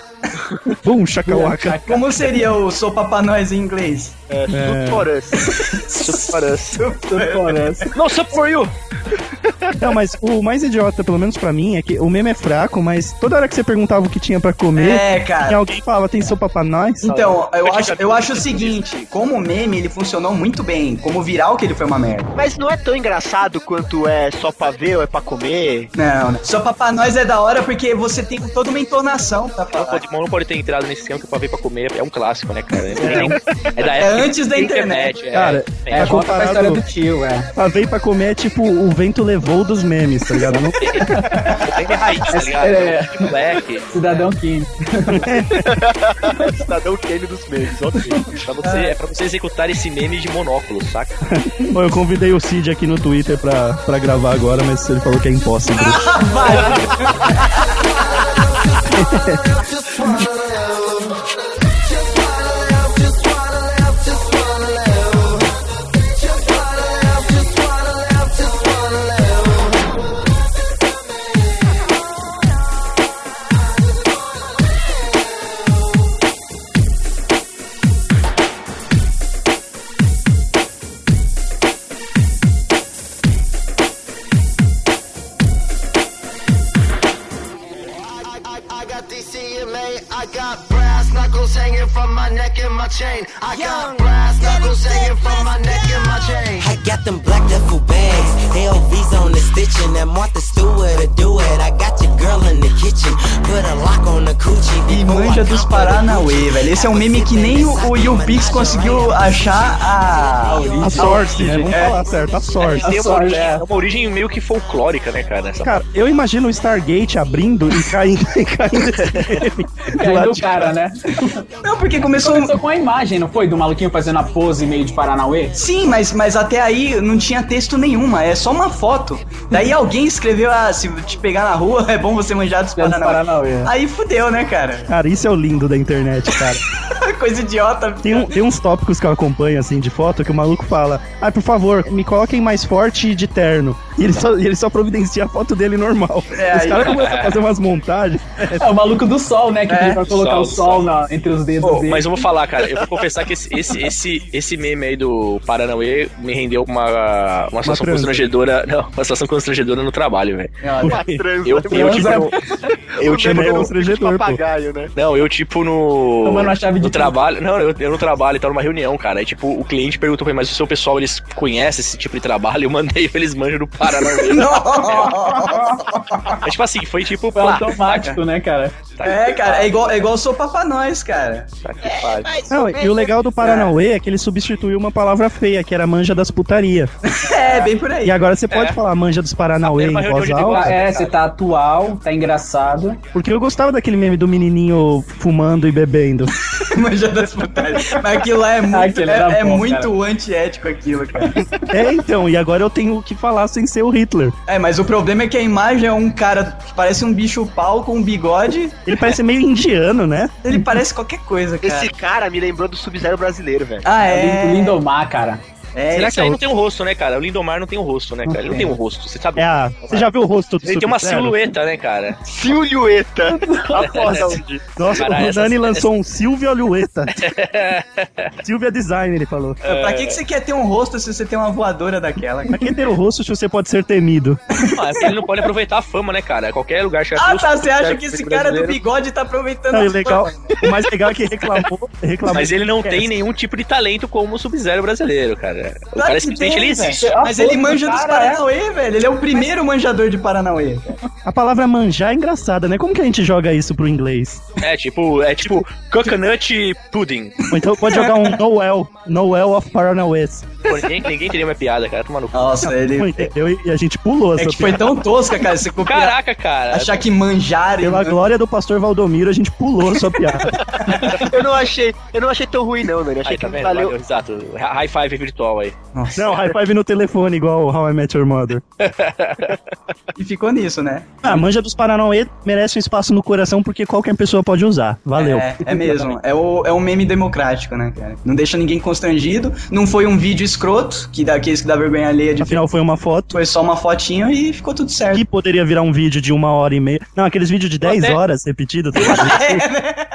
Bum, chacalaca. Como seria o Sou Papai Nós em inglês? É, Soup for us. Soup for us. No soup for you. Não, mas o mais idiota, pelo menos pra mim, é que o meme é fraco, mas toda hora que você perguntava o que tinha pra comer, É, cara. tinha alguém que falava, tem sopa pra nós? Então, eu acho, tá eu acho o seguinte, como meme ele funcionou muito bem, como viral que ele foi uma merda. Mas não é tão engraçado quanto é só pra ver ou é pra comer. Não, não. Só Papai Nós é da hora porque você tem toda uma entonação pra Não falar. pode, não pode ter entrado nesse esquema que o pavê pra comer é um clássico, né, cara? É, da É antes da internet. é, Cara, é, tá Volta pra história comparado do tio, é. a veio pra comer é tipo o vento levou dos memes, tá ligado? Não- é, é raiz, tá ligado? É. De moleque. Cidadão Kim. Cidadão Kane dos memes, ok. Pra você, é pra você executar esse meme de monóculo, saca? Bom, eu convidei o Cid aqui no Twitter pra, pra gravar agora, mas ele falou que é impossível. Just wanna laugh. Just wanna laugh. Just wanna laugh. Just wanna laugh. Just wanna laugh. Just wanna laugh. Just wanna laugh. I, I, I got DCMA, I got brass knuckles hanging from my neck and my chain. I got brass knuckles hanging from my neck and my chain. I got them black duffel bags, LVs on the stitching, and Martha Stewart to do it. I got your girl in the kitchen, put a lock on the coochie. E manja dos Paranauê, velho. Esse é um meme que nem o, o YouPix conseguiu achar Ah, a... A sorte, né? Vamos falar certo, a sorte. Tem uma, sorte, origem, é. é uma origem meio que folclórica, né, cara? Essa Cara, eu imagino o Stargate abrindo e caindo e caindo esse meme. Do Caiu lado o de- cara, né? Não, porque começou... um- Começou com a imagem, não foi? Do maluquinho fazendo a pose meio de Paranauê? Sim, mas, mas até aí não tinha texto nenhuma, é só uma foto. Daí alguém escreveu, ah, se te pegar na rua, é bom você manjar dos Dos Paranauê. Paranauê. é. Aí fudeu, né, cara? Cara, isso é o lindo da internet, cara. Coisa idiota. Tem, um- tem uns tópicos que eu acompanho, assim, de foto, que o maluco fala, ah, por favor, me coloquem mais forte e de terno. E ele só, e ele só providencia a foto dele normal. É, Os aí- caras começam a fazer umas montagens. É o maluco do sol, né? Que É. tem pra colocar Sol, o sol na- entre os dedos Pô, dele. mas eu vou falar, cara, eu vou confessar que esse, esse, esse, esse meme aí do Paranauê me rendeu uma, uma situação transa. É. constrangedora. Não, uma situação constrangedora no trabalho, velho. Uma transa. Eu, eu, tipo, Transa. eu, tipo, meme é no- constrangedor, pô. papagaio, né? não, eu, tipo, no. Tomando uma chave de no tudo. trabalho. Não, eu, eu no trabalho, tava numa reunião, cara. E, tipo, o cliente perguntou pra mim, mas o seu pessoal, eles conhecem esse tipo de trabalho? Eu mandei pra eles manjam do Paranauê. Mas, tipo assim, foi tipo. Foi então, pá, automático, né, cara? É, cara, é igual, é igual sou Papa Nós, cara. Não, e o legal do Paranauê é que ele substituiu uma palavra feia, que era manja das putaria. É, bem por aí. E agora você pode falar manja dos Paranauê Até É. uma em voz reunião de é. alta, Ah, é, você tá atual, tá engraçado. porque eu gostava daquele meme do menininho fumando e bebendo. Manja das putadas. Mas aquilo lá é muito, Aquele é, era é bom, muito antiético aquilo, cara. é, então, e agora eu tenho que falar sem ser o Hitler. É, mas o problema é que a imagem é um cara que parece um bicho pau com um bigode. Ele parece meio indiano, né? Ele parece qualquer coisa, cara. Esse cara me lembrou do Sub-Zero brasileiro, velho. Ah, O é. Lindomar, cara. É, Será ele- que aí não tem um rosto, né, cara? O Lindomar não tem um rosto, né, cara? Ele não tem um rosto, você sabe? É a- Você já viu o rosto do Ele tem uma Sub-Zero? silhueta, né, cara? Silhueta. Nossa, Cara, o essa- é Dani lançou um Silvia Lueta. Silvia Design, ele falou. Pra que, que você quer ter um rosto se você tem uma voadora daquela? cara? Pra que ter o rosto se você pode ser temido? Ah, é porque ele não pode aproveitar a fama, né, cara? Qualquer lugar chega Ah, tudo, tá. Você acha chega que esse cara do brasileiro. bigode tá aproveitando Não, e as legal, coisas? o mais legal é que reclamou. reclamou Mas ele não que é tem nenhum tipo de talento como o Sub-Zero brasileiro, cara. O Claro cara que simplesmente tem, ele velho. existe. Mas ele manja dos Cara, é. Paranauê, velho. Ele é o primeiro manjador de Paranauê. A palavra manjar é engraçada, né? Como que a gente joga isso pro inglês? É tipo, é tipo coconut pudding. Ou então pode jogar um Noel, Noel of Paranauês. Pô, Ninguém, ninguém teria uma piada, cara. Toma no cu. Nossa, Não ele. entendeu? E a gente pulou É essa que foi piada. tão tosca, cara. Você copiar, Caraca, cara. achar que manjar e Pela né? glória do pastor Valdomiro, a gente pulou essa piada. eu não achei, eu não achei tão ruim não, velho. Eu Achei Aí, que tá vendo? valeu. Valeu, exato. High five virtual pessoal aí. Não, high five no telefone, igual How I Met Your Mother. E ficou nisso, né? Ah, Manja dos Paranauê merece um espaço no coração porque qualquer pessoa pode usar. Valeu. É, é mesmo. É, o, é um meme democrático, né, cara? Não deixa ninguém constrangido. Não foi um vídeo escroto, que daqueles que dá vergonha alheia de Afinal, foi uma foto. Foi só uma fotinha e ficou tudo certo. Que poderia virar um vídeo de uma hora e meia. Não, aqueles vídeos de 10 até- horas repetido. tá?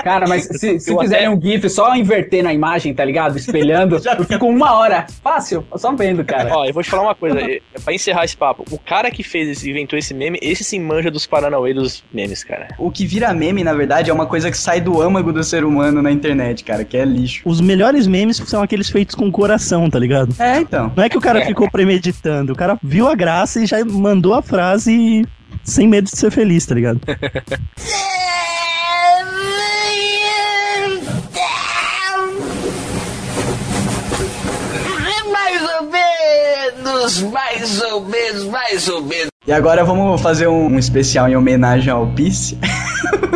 Cara, mas se, se Eu fizerem um GIF só invertendo a imagem, tá ligado? Espelhando, eu fico uma hora. Fácil, só vendo, cara. Ó, eu vou te falar uma coisa, eh, pra encerrar esse papo. O cara que fez esse, inventou esse meme, esse se manja dos Paranauê dos memes, cara. O que vira meme, na verdade, é uma coisa que sai do âmago do ser humano na internet, cara, que é lixo. Os melhores memes são aqueles feitos com coração, tá ligado? É, então. Não é que o cara ficou premeditando, o cara viu a graça e já mandou a frase e- sem medo de ser feliz, tá ligado? É, Mais ou menos, mais ou menos, mais ou menos. E agora vamos fazer um, um especial em homenagem ao Peace,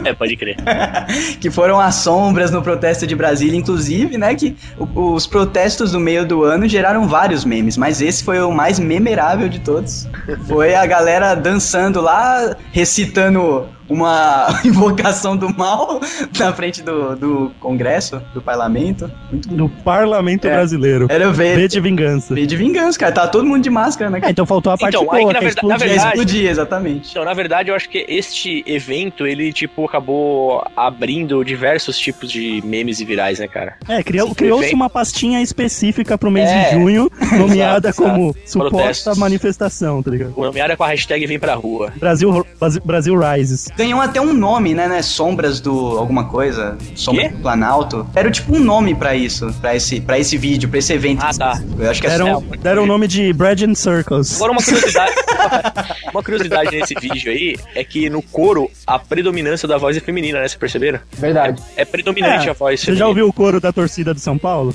É, pode crer. que foram as sombras no protesto de Brasília, inclusive, né? Que o- os protestos do meio do ano geraram vários memes, mas esse foi o mais memerável de todos. Foi a galera dançando lá, recitando uma invocação do mal na frente do, do Congresso, do parlamento. Muito Do É. parlamento brasileiro. Era ver- V de vingança. V de vingança, cara. Tá todo mundo de máscara, né? É, então faltou a parte Então, boa, aí que que na verdade- na é explodir. verdade- Explodir, exatamente. Então, na verdade, eu acho que este evento, ele, tipo, acabou abrindo diversos tipos de memes e virais, né, cara? É, criou- Esse criou-se evento- uma pastinha específica pro mês É. de junho, nomeada Exato, como exato. suposta Protestos. manifestação, tá ligado? O nomeada com a hashtag Vem Pra Rua. Brasil, Brasil, Brasil Rises. Ganhou até um nome, né, né? Sombras do alguma coisa, Sombra Quê? do Planalto. Era tipo um nome pra isso, pra esse, pra esse vídeo, pra esse evento. Ah, tá. Eu acho que é Deram, deram o nome de Bread and Circles. assim, Agora, uma curiosidade, uma curiosidade nesse vídeo aí é que no coro a predominância da voz é feminina, né? Vocês perceberam? Verdade. É, é predominante É, a voz Você já feminina. ouviu o coro da torcida do São Paulo?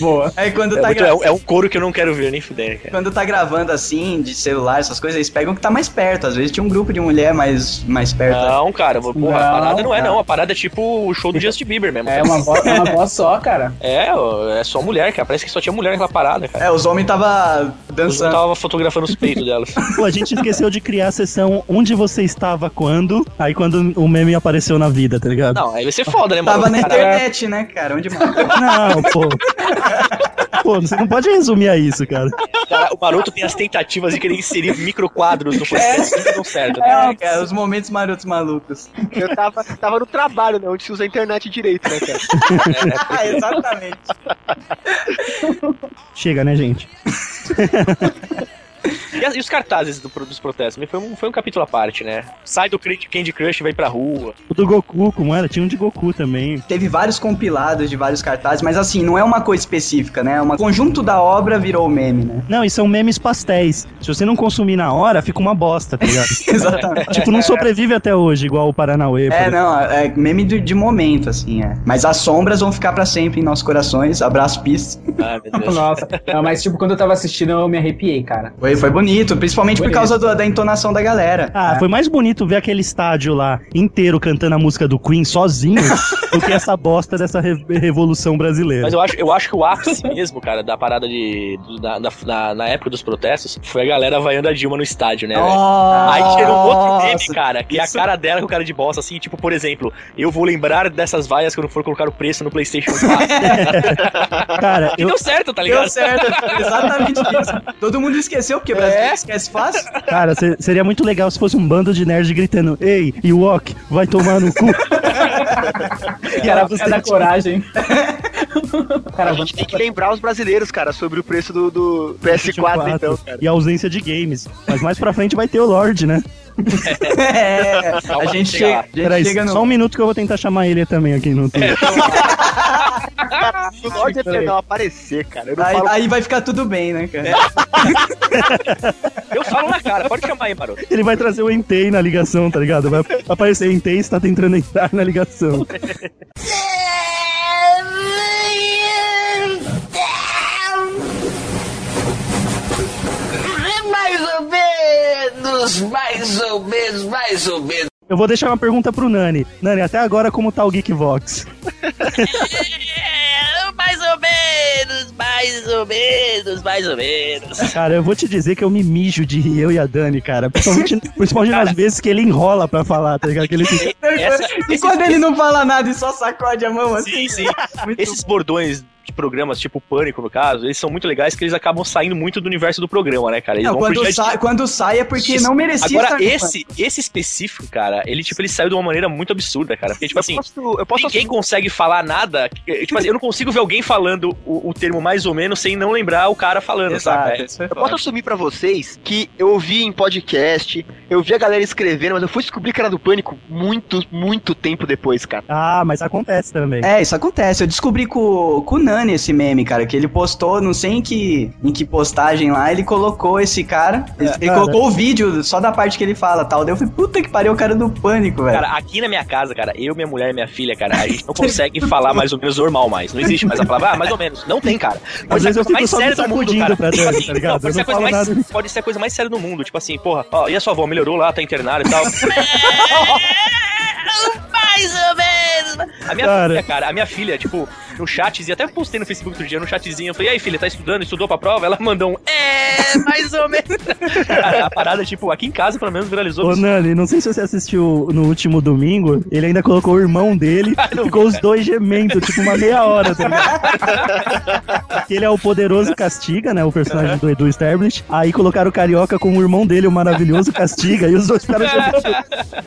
Boa. Aí quando É, tá, muito- gra- é um- é um coro que eu não quero ver nem fuder, né, cara. quando tá gravando assim, de celular, essas coisas, eles pegam o que tá mais perto. Às vezes tinha um grupo de mulher mais, mais perto. Não, cara, vou- porra, a Não, parada não é cara. não. A parada é tipo o show do Justin Bieber mesmo. É uma voz, é uma voz só, cara. É, ó, é só mulher, cara. Parece que só tinha mulher naquela parada, cara. É, os homens tava Eu dançando. tava fotografando os peitos delas. Pô, a gente esqueceu de criar a sessão onde você estava quando, aí quando o meme apareceu na vida, tá ligado? Não, aí vai ser foda, né, mano? Tava na Caralho. internet, né, cara? Onde mais? Não, pô. Pô, você não pode resumir a isso, cara. Cara, o maroto tem as tentativas de querer inserir microquadros no processo que não dão certo. Né? É, cara, os momentos marotos malucos. Eu tava, tava no trabalho, né? Onde se usa a internet direito, né, cara? É, ah, exatamente. Chega, né, gente? É. E, as- e os cartazes do- dos protestos? Também Foi um, foi um capítulo à parte, né? Sai do Crit- Candy Crush e vai pra rua. O do Goku, como era? Tinha um de Goku também. Teve vários compilados de vários cartazes, mas assim, não é uma coisa específica, né? É um conjunto da obra virou meme, né? Não, e são memes pastéis. Se você não consumir na hora, fica uma bosta, tá ligado? Exatamente. tipo, não sobrevive até hoje, igual o Paranauê. por É, exemplo. não, é meme de, de momento, assim, é. Mas as sombras vão ficar pra sempre em nossos corações. Abraço, peace. Ah, meu Deus. Nossa. Não, mas tipo, quando eu tava assistindo, eu me arrepiei, cara. Foi, foi bonito, principalmente Bonito. por causa do- da entonação da galera. Ah, né? foi mais bonito ver aquele estádio lá inteiro cantando a música do Queen sozinho do que essa bosta dessa re- revolução brasileira. Mas eu acho, eu acho que o ápice mesmo, cara, da parada de. do- da, da- na, na época dos protestos, foi a galera vaiando a Dilma no estádio, né? velho? Aí tirou um outro meme, Nossa. cara, que é a Isso- cara dela com cara de bosta, assim, tipo, por exemplo, eu vou lembrar dessas vaias quando for colocar o preço no PlayStation 4. Cara, e eu, deu certo, tá ligado? Deu certo, exatamente isso. Todo mundo esqueceu, porque o É? brasileiro esquece fácil. cara, se- seria muito legal se fosse um bando de nerds gritando: Ei, Ewok, vai tomar no cu. E era você da coragem. A gente tem que lembrar os brasileiros, cara, sobre o preço do, do PS4, então, cara. E a ausência de games. Mas mais pra frente vai ter o Lorde, né? É, a Calma, gente chega, a chega lá. gente Peraí, chega no... só um minuto que eu vou tentar chamar ele também aqui no Twitter. O Lorde é não aparecer, cara. Eu não Aí, falo aí vai ficar tudo bem, né, cara? É. Eu falo na cara, pode chamar aí, maroto. Ele vai trazer o Entei na ligação, tá ligado? Vai aparecer Entei, está tentando entrar na ligação. Mais ou menos, mais ou menos, mais ou menos. Eu vou deixar uma pergunta pro Nani. Nani, até agora como tá o Geekvox? Mais ou menos, Mais ou menos, mais ou menos. Cara, eu vou te dizer que eu me mijo de rir, eu e a Dani, cara. Principalmente, principalmente nas vezes que ele enrola pra falar, tá ligado? Que ele fica... e tipo quando ele não fala nada e só sacode a mão assim? Sim, sim. Esses bordões de programas, tipo Pânico, no caso, eles são muito legais que eles acabam saindo muito do universo do programa, né, cara? Eles Não, vão pro quando, dia- sai, quando sai é porque não merecia Agora, estar no esse, esse específico, cara, ele, tipo, ele saiu de uma maneira muito absurda, cara. Porque, tipo assim, ninguém consegue falar nada. que- Tipo assim, eu não consigo ver alguém falando o, o termo mais ou menos sem não lembrar o cara falando, sabe? é- Eu posso assumir pra vocês que eu ouvi em podcast, eu vi a galera escrevendo, mas eu fui descobrir que era do Pânico muito, muito tempo depois, cara. Ah, mas acontece também. É, isso acontece. Eu descobri com, com o Nani esse meme, cara, que ele postou, não sei em que, em que postagem lá, ele colocou esse cara, ele, ele É, cara. colocou o vídeo só da parte que ele fala tal. Daí eu falei, puta que pariu, o cara é do pânico, velho. Cara, aqui na minha casa, cara, eu, minha mulher e minha filha, cara, a gente não consegue falar mais ou menos normal mais. Não existe mais a palavra, ah, mais ou menos. Não tem, cara. Às vezes eu ser a coisa fico só me sacudindo pra Tipo Dani, assim, tá ligado? não, Eu pode, ser a coisa não falo mais, nada. pode ser a coisa mais séria do mundo. Tipo assim, porra, ó, e a sua avó melhorou lá, tá internada e tal. Mais ou menos. A minha Cara. filha, cara, a minha filha, tipo, no chat, e até postei no Facebook outro dia, no chatzinho, eu falei, e aí, filha, tá estudando? Estudou pra prova? Ela mandou um, é, mais ou menos. Cara, a parada, tipo, aqui em casa, pelo menos, viralizou. Ô, Nani, não sei se você assistiu no último domingo, ele ainda colocou o irmão dele e ficou os dois gemendo, tipo, uma meia hora, tá ligado? Que ele é o poderoso Castiga, né? O personagem do Edu Sterblich. Aí colocaram o Carioca com o irmão dele, o maravilhoso Castiga, e os dois ficaram gemendo.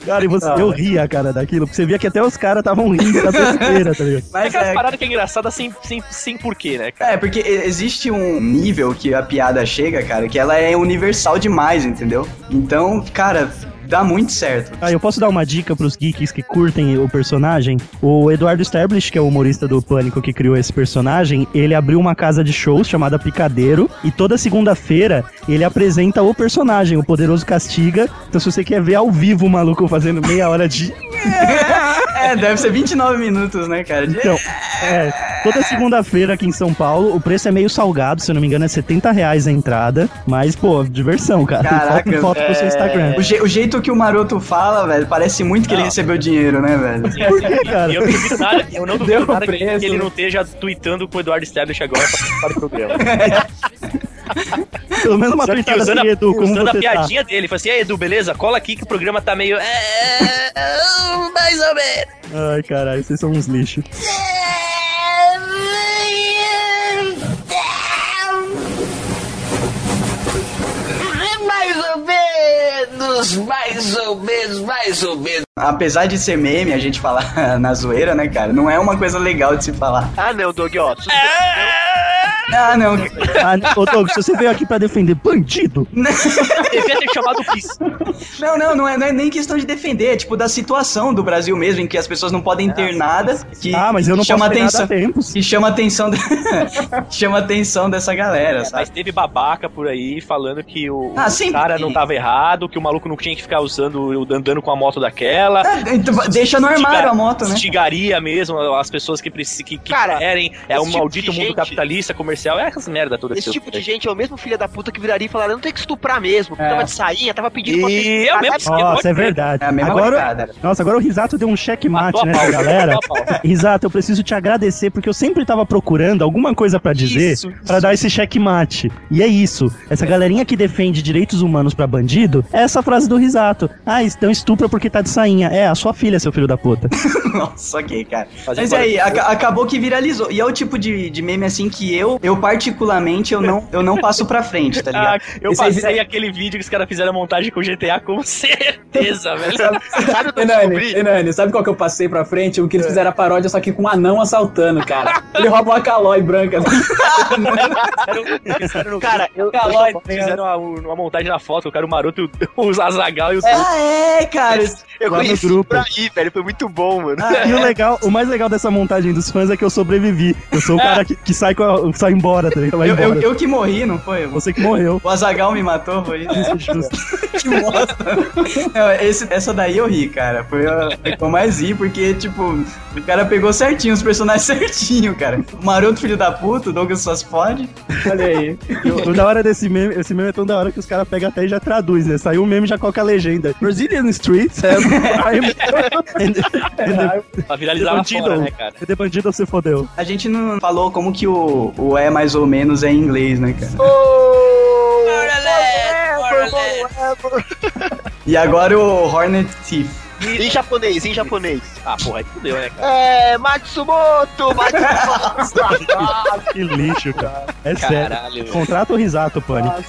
Cara, e você, eu ria, cara, daquilo, porque você via que até os caras estavam rindo da besteira, tá ligado? é aquela parada que é engraçada sem, sem, sem porquê, né, cara? É, porque e- existe um nível que a piada chega, cara, que ela é universal demais, entendeu? Então, cara, dá muito certo. Ah, eu posso dar uma dica pros geeks que curtem o personagem? O Eduardo Sterblich, que é o humorista do Pânico que criou esse personagem, ele abriu uma casa de shows chamada Picadeiro e toda segunda-feira ele apresenta o personagem, o Poderoso Castiga. Então se você quer ver ao vivo o maluco fazendo meia hora de... é, deve ser 29 minutos, né, cara? De- Então, é, toda segunda-feira aqui em São Paulo, o preço é meio salgado, se eu não me engano é R$ 70 reais a entrada, mas, pô, diversão, cara. Caraca, foto, foto pro seu é, Instagram. O, je- o jeito que o maroto fala, velho, parece muito que ele recebeu dinheiro, né, velho? Por que, cara? E Assim, eu não duvido nada, eu não duvido Deu nada que, preço. que ele não esteja tweetando com o Eduardo Stablish agora pra participar do programa. Pelo menos uma Só que tá tweetada usando, assim, a- Edu, como usando a você tá? piadinha dele, falou assim, e aí, Edu, beleza? Cola aqui que o programa tá meio. É, é, Ah, Mais ou menos. Ai, caralho, vocês são uns lixos. Mais ou menos, mais ou menos, mais ou menos. Apesar de ser meme, a gente falar na zoeira, né, cara? Não é uma coisa legal de se falar. Ah, não, Doug, ó. Ah, não. Ah, ô, Doug, se você veio aqui pra defender bandido, devia ter chamado o Kiss. Não, não, não é, não é nem questão de defender, é tipo da situação do Brasil mesmo, em que as pessoas não podem ter nada. Que, Ah, mas eu não que chama posso ter nada atenção, a tempos. Que chama atenção, da- chama atenção dessa galera, sabe? Mas teve babaca por aí falando que o, Ah, o sempre cara tem. não tá tava errado, que o maluco não tinha que ficar usando, andando com a moto daquela. É, então deixa no armário a moto, né? Estigaria mesmo as pessoas que, preci- que, que querem. É esse um tipo maldito de mundo gente- capitalista, comercial. É essas merda toda que Esse eu- tipo de gente é o mesmo filho da puta que viraria e falaria, não tem que estuprar mesmo, porque É. tava de sainha, tava pedindo pra E é o mesmo esquema, Nossa, é verdade. agora, Nossa, agora o Risato deu um checkmate Matou a nessa né? pau. galera. Matou a pau. Risato, eu preciso te agradecer porque eu sempre tava procurando alguma coisa pra dizer pra dar esse checkmate. E é isso. Essa galerinha que defende direitos humanos pra bandido, é essa frase do Risato. Ah, então estupra porque tá de sainha. É, a sua filha, seu filho da puta. Nossa, ok, cara. Mas aí, aca- acabou que viralizou. E é o tipo de, de meme assim que eu, eu particularmente, eu não, eu não passo pra frente, tá Ah, ligado? eu Esse- passei aquele vídeo que os caras fizeram a montagem com o GTA com certeza, velho. Tá Sabe Enani, Enani, sabe qual que eu passei pra frente? O É. que eles fizeram a paródia, só que com um anão assaltando, cara. Ele roubou a calói branca. Cara, eu, Calói, eu fizeram uma, uma montagem na foto, o cara, o maroto, o Azagal e o. Ah, é, cara. Eu Lá no conheci grupo. por aí, velho. Foi muito bom, mano. Ah, E o legal, o mais legal dessa montagem dos fãs é que eu sobrevivi. Eu sou o cara que, que sai, com a- sai embora, tá ligado? Vai É. Eu, eu, embora. eu que morri, não foi? Você que morreu. O Azagal me matou, foi É isso? que bosta. Não, esse- essa daí eu ri, cara. Foi a foi que eu mais ri, porque, tipo, o cara pegou certinho, os personagens certinho, cara. O maroto filho da puta, o Douglas só se fode. Olha aí. O da hora desse meme, esse meme é tão da hora que os caras pegam até e já traduz, né? Saiu um meme e já coloca a legenda. Brazilian Streets É, have crime. and, and the- Pra viralizar lá the é, bandido- fora, né, cara? The bandido se fodeu. A gente não falou como que o, o é mais ou menos é em inglês, né, cara? E agora o Hornet Thief. Em japonês, em japonês. Ah, porra, aí fudeu, né, cara? É, Matsumoto, Matsumoto. Que lixo, cara. É Caralho, sério. velho. Contrata o risato, Pânico.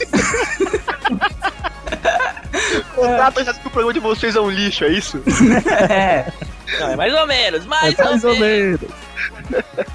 Contrata já que o programa de vocês é um lixo, é isso? É. Não, é mais ou menos, mais, É mais ou menos.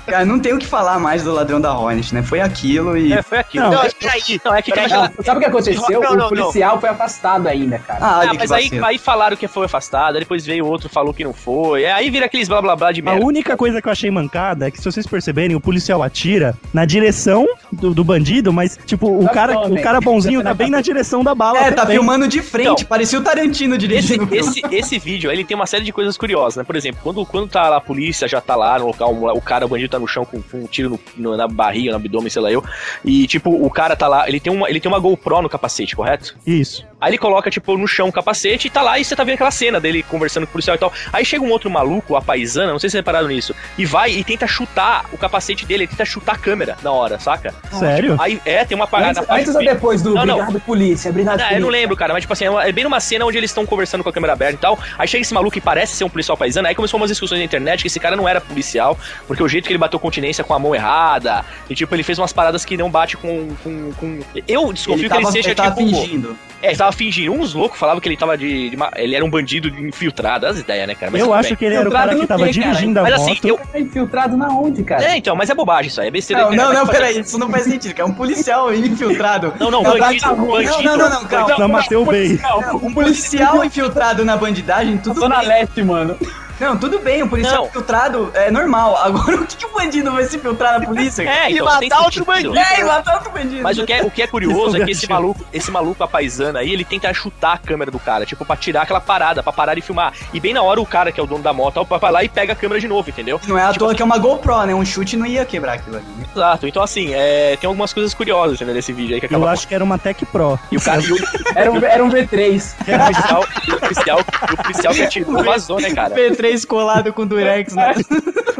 Cara, não tem o que falar mais do ladrão da Hornet, né? Foi aquilo e. É, foi aquilo. Não, é que aí. Não, é que Não, aí. Sabe o que aconteceu? Não, não, o policial foi afastado ainda, cara. Ah, Ah, olha que mas aí, vacilo. aí falaram que foi afastado, aí depois veio outro falou que não foi. É, Aí vira aqueles blá blá blá de A merda. única coisa que eu achei mancada é que, se vocês perceberem, o policial atira na direção do, do bandido, mas, tipo, o Tá cara, bom, o né? cara bonzinho tá bem na direção da bala. É, tá também. filmando de frente, Então, parecia o Tarantino Esse, dirigindo. o filme. esse, esse vídeo, ele tem uma série de coisas curiosas, né? Por exemplo, quando, quando tá lá, a polícia já tá lá no local, o cara, o bandido tá no chão com, com um tiro no- no- na barriga, no abdômen, sei lá eu. E, tipo, o cara tá lá, ele tem uma, ele tem uma GoPro no capacete, correto? Isso. Aí ele coloca, tipo, no chão o capacete e tá lá e você tá vendo aquela cena dele conversando com o policial e tal. Aí chega um outro maluco, a paisana, não sei se vocês repararam nisso, e vai e tenta chutar o capacete dele, ele tenta chutar a câmera na hora, saca? Sério? Aí é, tem uma parada. Antes, antes ou depois do Não, não. Obrigado Polícia? Obrigado Ah, Polícia. eu não lembro, cara, mas tipo assim, é, uma- é bem numa cena onde eles estão conversando com a câmera aberta e tal. Aí chega esse maluco e parece ser um policial paisano. Aí começou umas discussões na internet que esse cara não era policial, porque o jeito que ele bateu continência com a mão errada, e tipo, ele fez umas paradas que não bate com. com, com- Eu desconfio Ele que ele tava, seja ele tava tipo. fingindo. É, ele tava fingindo. Uns loucos falavam que ele tava de. de ma- Ele era um bandido infiltrado, as ideias, né, cara? Mas Eu tudo acho bem. que ele era o cara Filtrado que no tava quê, cara? dirigindo a Mas moto. assim, eu. Tá infiltrado na onde, cara? É, então, mas é bobagem isso aí, é besteira. da Não, internet, não, não, mas- peraí, isso não faz sentido, cara. É um policial infiltrado. Não, não, É um bandido, vagabundo. bandido. Não, Então, não, não, não, calma. Não, Mateu bem. Não, Um policial infiltrado na bandidagem, tudo Zona bem. Leste, mano. Não, tudo bem, um policial Não. infiltrado é normal. Agora, o que, que o bandido vai se infiltrar na polícia? É, então, matar tem sentido. outro bandido. É, e matar outro bandido. Mas o que é, o que é curioso Isso, é que esse gatinho. maluco, esse maluco a paisana aí, ele tenta chutar a câmera do cara, tipo, pra tirar aquela parada, pra parar e filmar. E bem na hora o cara, que é o dono da moto, vai lá e pega a câmera de novo, entendeu? Não é à toa que é uma GoPro, né? Um chute não ia quebrar aquilo ali. né? Exato. Então, assim, é, tem algumas coisas curiosas entendeu, nesse vídeo aí que Eu acaba. acho que era uma Tech Pro. E o cara e o, Era um, era um V3. e o policial, e o policial, e o policial que atirou vazou, né, cara? P3 colado com Durex, né?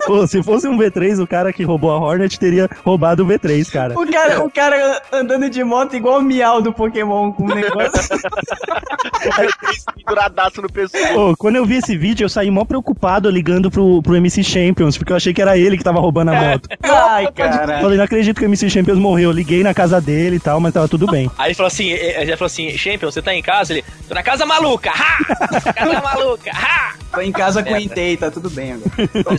Pô, se fosse um V3, o cara que roubou a Hornet teria roubado o V3, cara. O cara, o cara andando de moto igual o miau do Pokémon com um negócio. Duradaço no pescoço. Pô, quando eu vi esse vídeo, eu saí mó preocupado ligando pro, pro MC Champions, porque eu achei que era ele que tava roubando É, a moto. Ai, cara. Falei, não acredito que o MC Champions morreu. Eu Liguei na casa dele e tal, mas tava tudo bem. Aí ele falou assim, é, é, ele falou assim, Champion, você tá em casa? Ele, tô na casa maluca, ha! Casa maluca, ha! Tô em casa com o Entei, tá tudo bem agora.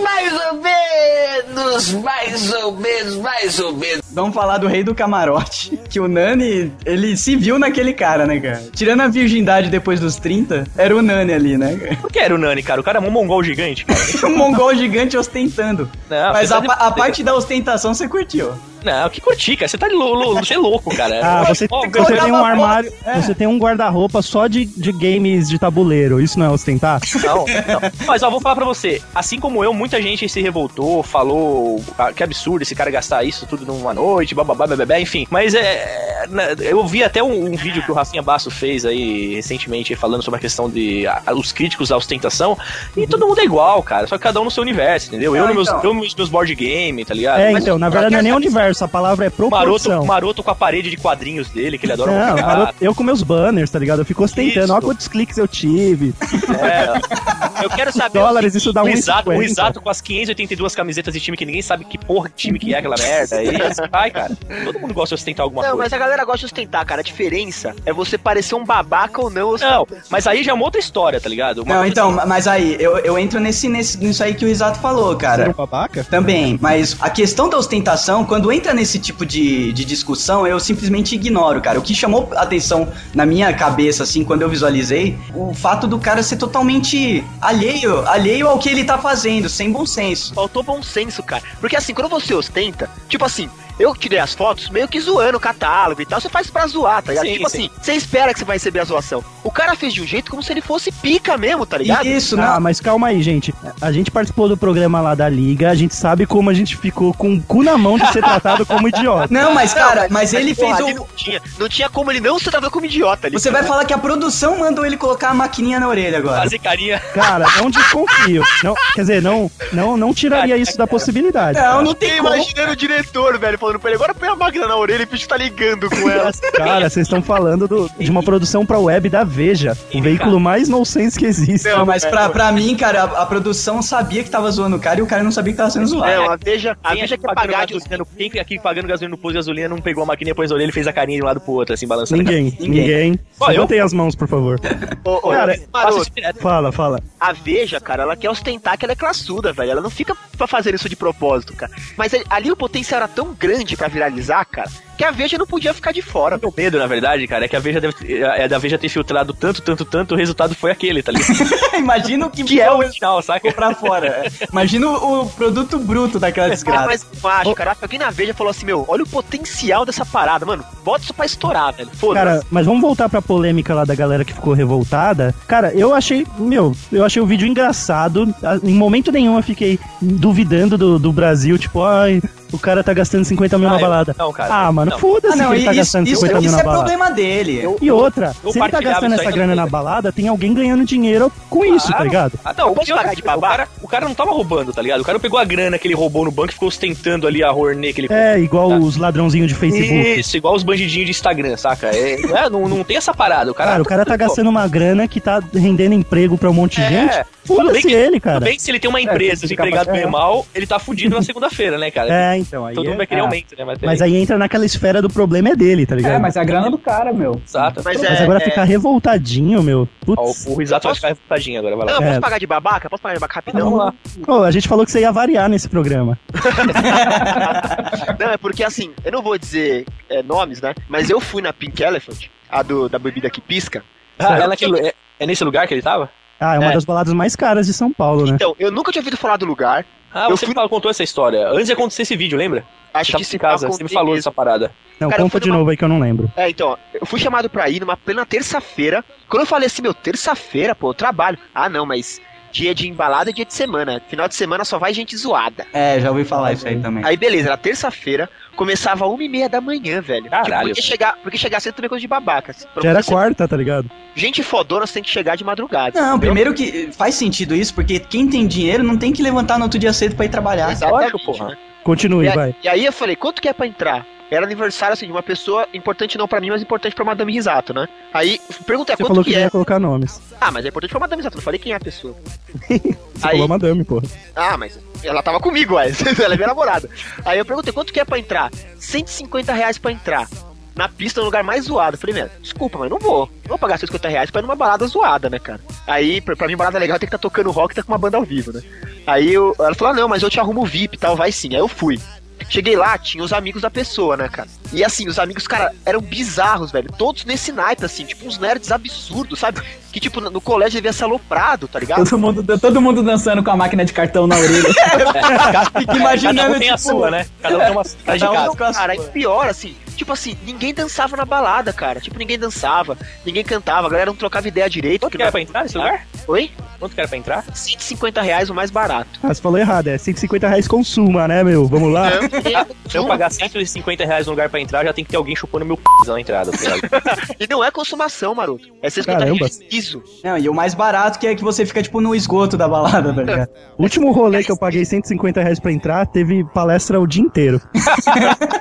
Mais ou menos, mais ou menos, mais ou menos. Vamos falar do rei do camarote. Que o Nani, ele se viu naquele cara, né, cara? Tirando a virgindade depois dos 30, era o Nani ali, né? cara? Por que era o Nani, cara? O cara é um mongol gigante, cara. Um mongol gigante ostentando. Não, Mas você a, tá de pa- a brincadeira. parte da ostentação você curtiu. Não, que curti, cara. Você tá lou- lou- você é louco, cara. Ah, você, Ó, você tem um foto, armário, é. você tem um guarda-roupa só de, de games de tabuleiro. Isso não é ostentar? Não, não. Mas ó, vou falar pra você. Assim como eu, muita gente se revoltou, falou ah, que absurdo esse cara gastar isso tudo numa noite, bababá, bababá, enfim. Mas é. na- Eu vi até um, um vídeo que o Rafinha Basso fez aí recentemente falando sobre a questão de ah, os críticos à ostentação. Uhum. E todo mundo é igual, cara. Só que cada um no seu universo, entendeu? Eu Ah, nos meus, então. eu nos meus board game, tá ligado? É, Mas então, na verdade não é nem universo, a palavra é o Maroto, o proporção. maroto com a parede de quadrinhos dele, que ele adora Não, mostrar. maroto- eu com meus banners, tá ligado? Eu fico ostentando. Isso. Olha quantos cliques eu tive. É. Eu quero saber. Dólares, isso dá um 1,50. exato, um exato com as 582 camisetas de time que ninguém sabe que porra de time que é aquela merda. E assim vai, cara. Todo mundo gosta de ostentar alguma Não, coisa. mas a galera gosta de ostentar, cara. A diferença é você parecer um babaca ou não. Não, mas aí já é uma outra história, tá ligado? Uma Não, coisa- então, mas aí, eu, eu entro nesse, nesse, nisso aí que o Risato falou, Era cara. um babaca? Também, mas a questão da ostentação, quando entra nesse tipo de, de discussão, eu simplesmente ignoro, cara. O que chamou atenção na minha cabeça, assim, quando eu visualizei, o fato do cara ser totalmente alheio, alheio ao que ele tá fazendo, sem bom senso. Faltou bom senso, cara. Porque assim, quando você ostenta, tipo assim, Eu tirei as fotos meio que zoando o catálogo e tal. Você faz pra zoar, tá ligado? Sim, tipo sim. assim, você espera que você vai receber a zoação. O cara fez de um jeito como se ele fosse pica mesmo, tá ligado? né? Ah, mas calma aí, gente. A gente participou do programa lá da Liga, a gente sabe como a gente ficou com o cu na mão de ser tratado como idiota. porra, é ali Não tinha, não tinha como ele não ser tratado como idiota ali. um- Você vai falar que a produção mandou ele colocar a maquininha na orelha agora. Fazer carinha. Cara, não desconfio. Não, quer dizer, não, não, não tiraria isso da possibilidade. cara. Eu fiquei imaginando o diretor, velho, falando pra ele, agora põe a máquina na orelha e o bicho tá ligando com ela. Cara, vocês estão falando do- de uma produção pra web da Veja, o veículo mais nonsense que existe. Não, mas pra, pra mim, cara, a, a produção sabia que tava zoando o cara e o cara não sabia que tava sendo zoado. É, É, a Veja, Quem aqui pagando gasolina no- Quem aqui pagando gasolina no posto de gasolina não pegou a maquininha, pôs a orelha e fez a carinha de um lado pro outro, assim, balançando. Ninguém, ninguém. Ó, eu- Levantem as mãos, por favor. Ô, ô, Cara, maroto, Fala, fala. A Veja, cara, ela quer ostentar que ela é classuda, velho. Ela não fica pra fazer isso de propósito, cara. Mas ali- ali o potencial era tão grande pra viralizar, cara, que a Veja não podia ficar de fora. Meu medo, na verdade, cara, é que a Veja deve ter- é da Veja ter filtrado tanto, tanto, tanto, o resultado foi aquele, tá ligado? Imagina o que, que é o original, saca? pra fora. Imagina o, o produto bruto É, daquela Ah, desgraça. mas eu acho, cara. Alguém na Veja falou assim, meu, olha o potencial dessa parada, mano. Bota isso pra estourar, velho. Cara, tá. Foda-se. mas vamos voltar pra polêmica lá da galera que ficou revoltada. Cara, eu achei, meu, eu achei o vídeo engraçado. Ah, Em momento nenhum eu fiquei duvidando do, do Brasil, tipo, ai, o cara tá gastando 50 mil Ah, na eu- balada. não, cara, ah, eu- mano, não. foda-se Ah, não, que ele tá isso- gastando isso- 50 mil isso na é balada. problema dele. Eu- e eu- outra, eu se ele tá partilhava gastando isso aí essa também, grana na velho. balada, tem alguém ganhando dinheiro com isso, tá Claro. ligado? Ah, não, o pior é que, tipo, o cara, o cara não tava roubando, tá ligado? O cara pegou a grana que ele roubou no banco e ficou ostentando ali a Hornet que ele É, igual os ladrãozinhos de Facebook. Tá. Isso, igual os bandidinhos de Instagram, saca? É, não, é- não, não tem essa parada. O cara, Cara, o cara tá Pô, gastando uma grana que tá rendendo emprego pra um monte de É. gente. Tudo bem Foda-se que- ele, cara. Tudo bem que se ele tem uma empresa, né? É, se o empregado é. ganha mal, ele tá fudido na segunda-feira, né, cara? É, então, aí Todo é- mundo vai querer ah, aumento, né? Mas, Mas peraí. aí entra naquela esfera do problema é dele, tá ligado? É, mas a grana do cara, meu. Exato. Mas, é. agora ficar revoltadinho, meu. Ó, Putz. o Risato vai ficar revoltadinho agora, vai Não, lá. eu É. Ah, posso pagar de babaca? Posso pagar de babaca rapidão? Vamos lá. Pô, a gente falou que você ia variar nesse programa. Não, é porque assim, eu não vou dizer é, nomes, né? Mas eu fui na Pink Elephant, a do, da bebida que pisca. Ah, é, naquele- é- é nesse lugar que ele tava? Ah, é uma das baladas mais caras de São Paulo, né? Então, eu nunca tinha ouvido falar do lugar. Ah, você me falou- contou essa história. Antes de acontecer esse vídeo, lembra? Acho Você tava que em se casa, pá, você me contei falou mesmo. dessa parada. Não, Então, Cara, conta foi de novo aí que eu não lembro. É, então, eu fui chamado pra ir numa plena terça-feira. Quando eu falei assim, meu, terça-feira, pô, eu trabalho. Ah, não, mas dia de embalada é dia de semana. Final de semana só vai gente zoada. É, já ouvi falar isso aí também. Aí beleza, era terça-feira, começava uma e meia da manhã, velho. Caralho. Porque chegar, porque chegar cedo também é coisa de babaca. assim. Pra Já era você- quarta, tá ligado? Gente fodona, você tem que chegar de madrugada. Não, entendeu? primeiro que faz sentido isso, porque quem tem dinheiro não tem que levantar no outro dia cedo pra ir é trabalhar. Exatamente, né? Continue, e, a- vai. e aí eu falei, quanto que é pra entrar? Era aniversário, assim, de uma pessoa importante não pra mim, mas importante pra Madame Risato, né? Aí, perguntei, Você quanto falou que, que não é? ia colocar nomes. Ah, mas é importante pra Madame Risato, não falei quem é a pessoa. Você falou madame, porra. Ah, mas ela tava comigo, ué. ela é minha namorada. Aí eu perguntei, quanto que é pra entrar? 150 reais pra entrar. Na pista, no lugar mais zoado. Eu Falei, meu, desculpa, mas não vou. Não vou pagar 150 reais pra ir numa balada zoada, né, cara? Aí, pra, pra mim, balada legal tem que tá tocando rock e tá com uma banda ao vivo, né? Aí eu, ela falou, ah, não, mas eu te arrumo o VIP e tal, vai sim. Aí eu fui. Cheguei lá, tinha os amigos da pessoa, né, cara? E assim, os amigos, cara, eram bizarros, velho. Todos nesse naipe, assim, tipo uns nerds absurdos, sabe? Que, tipo, no no colégio devia ser aloprado, tá ligado? Todo mundo, todo mundo dançando com a máquina de cartão na orelha. Fica imaginando, Cada um tem a tipo, sua, né? Cada um tem uma Cada de um casa. com a Cara, e pior, assim, tipo assim, ninguém dançava na balada, cara. Tipo, ninguém dançava, ninguém cantava, a galera não trocava ideia direito. Quanto que era pra entrar nesse lugar? Oi? Quanto que era pra entrar? 150 reais o mais barato. Ah, você falou errado, é 150 reais consuma, né, meu? Vamos lá. Se É, eu pagar 150 reais no lugar pra entrar, já tem que ter alguém chupando meu p na entrada. tá ligado? E não é consumação, maroto. É 150 Caramba. reais liso. Não, e o mais barato que é que você fica, tipo, no esgoto da balada, tá ligado? O último rolê que eu paguei 150 reais pra entrar, teve palestra o dia inteiro.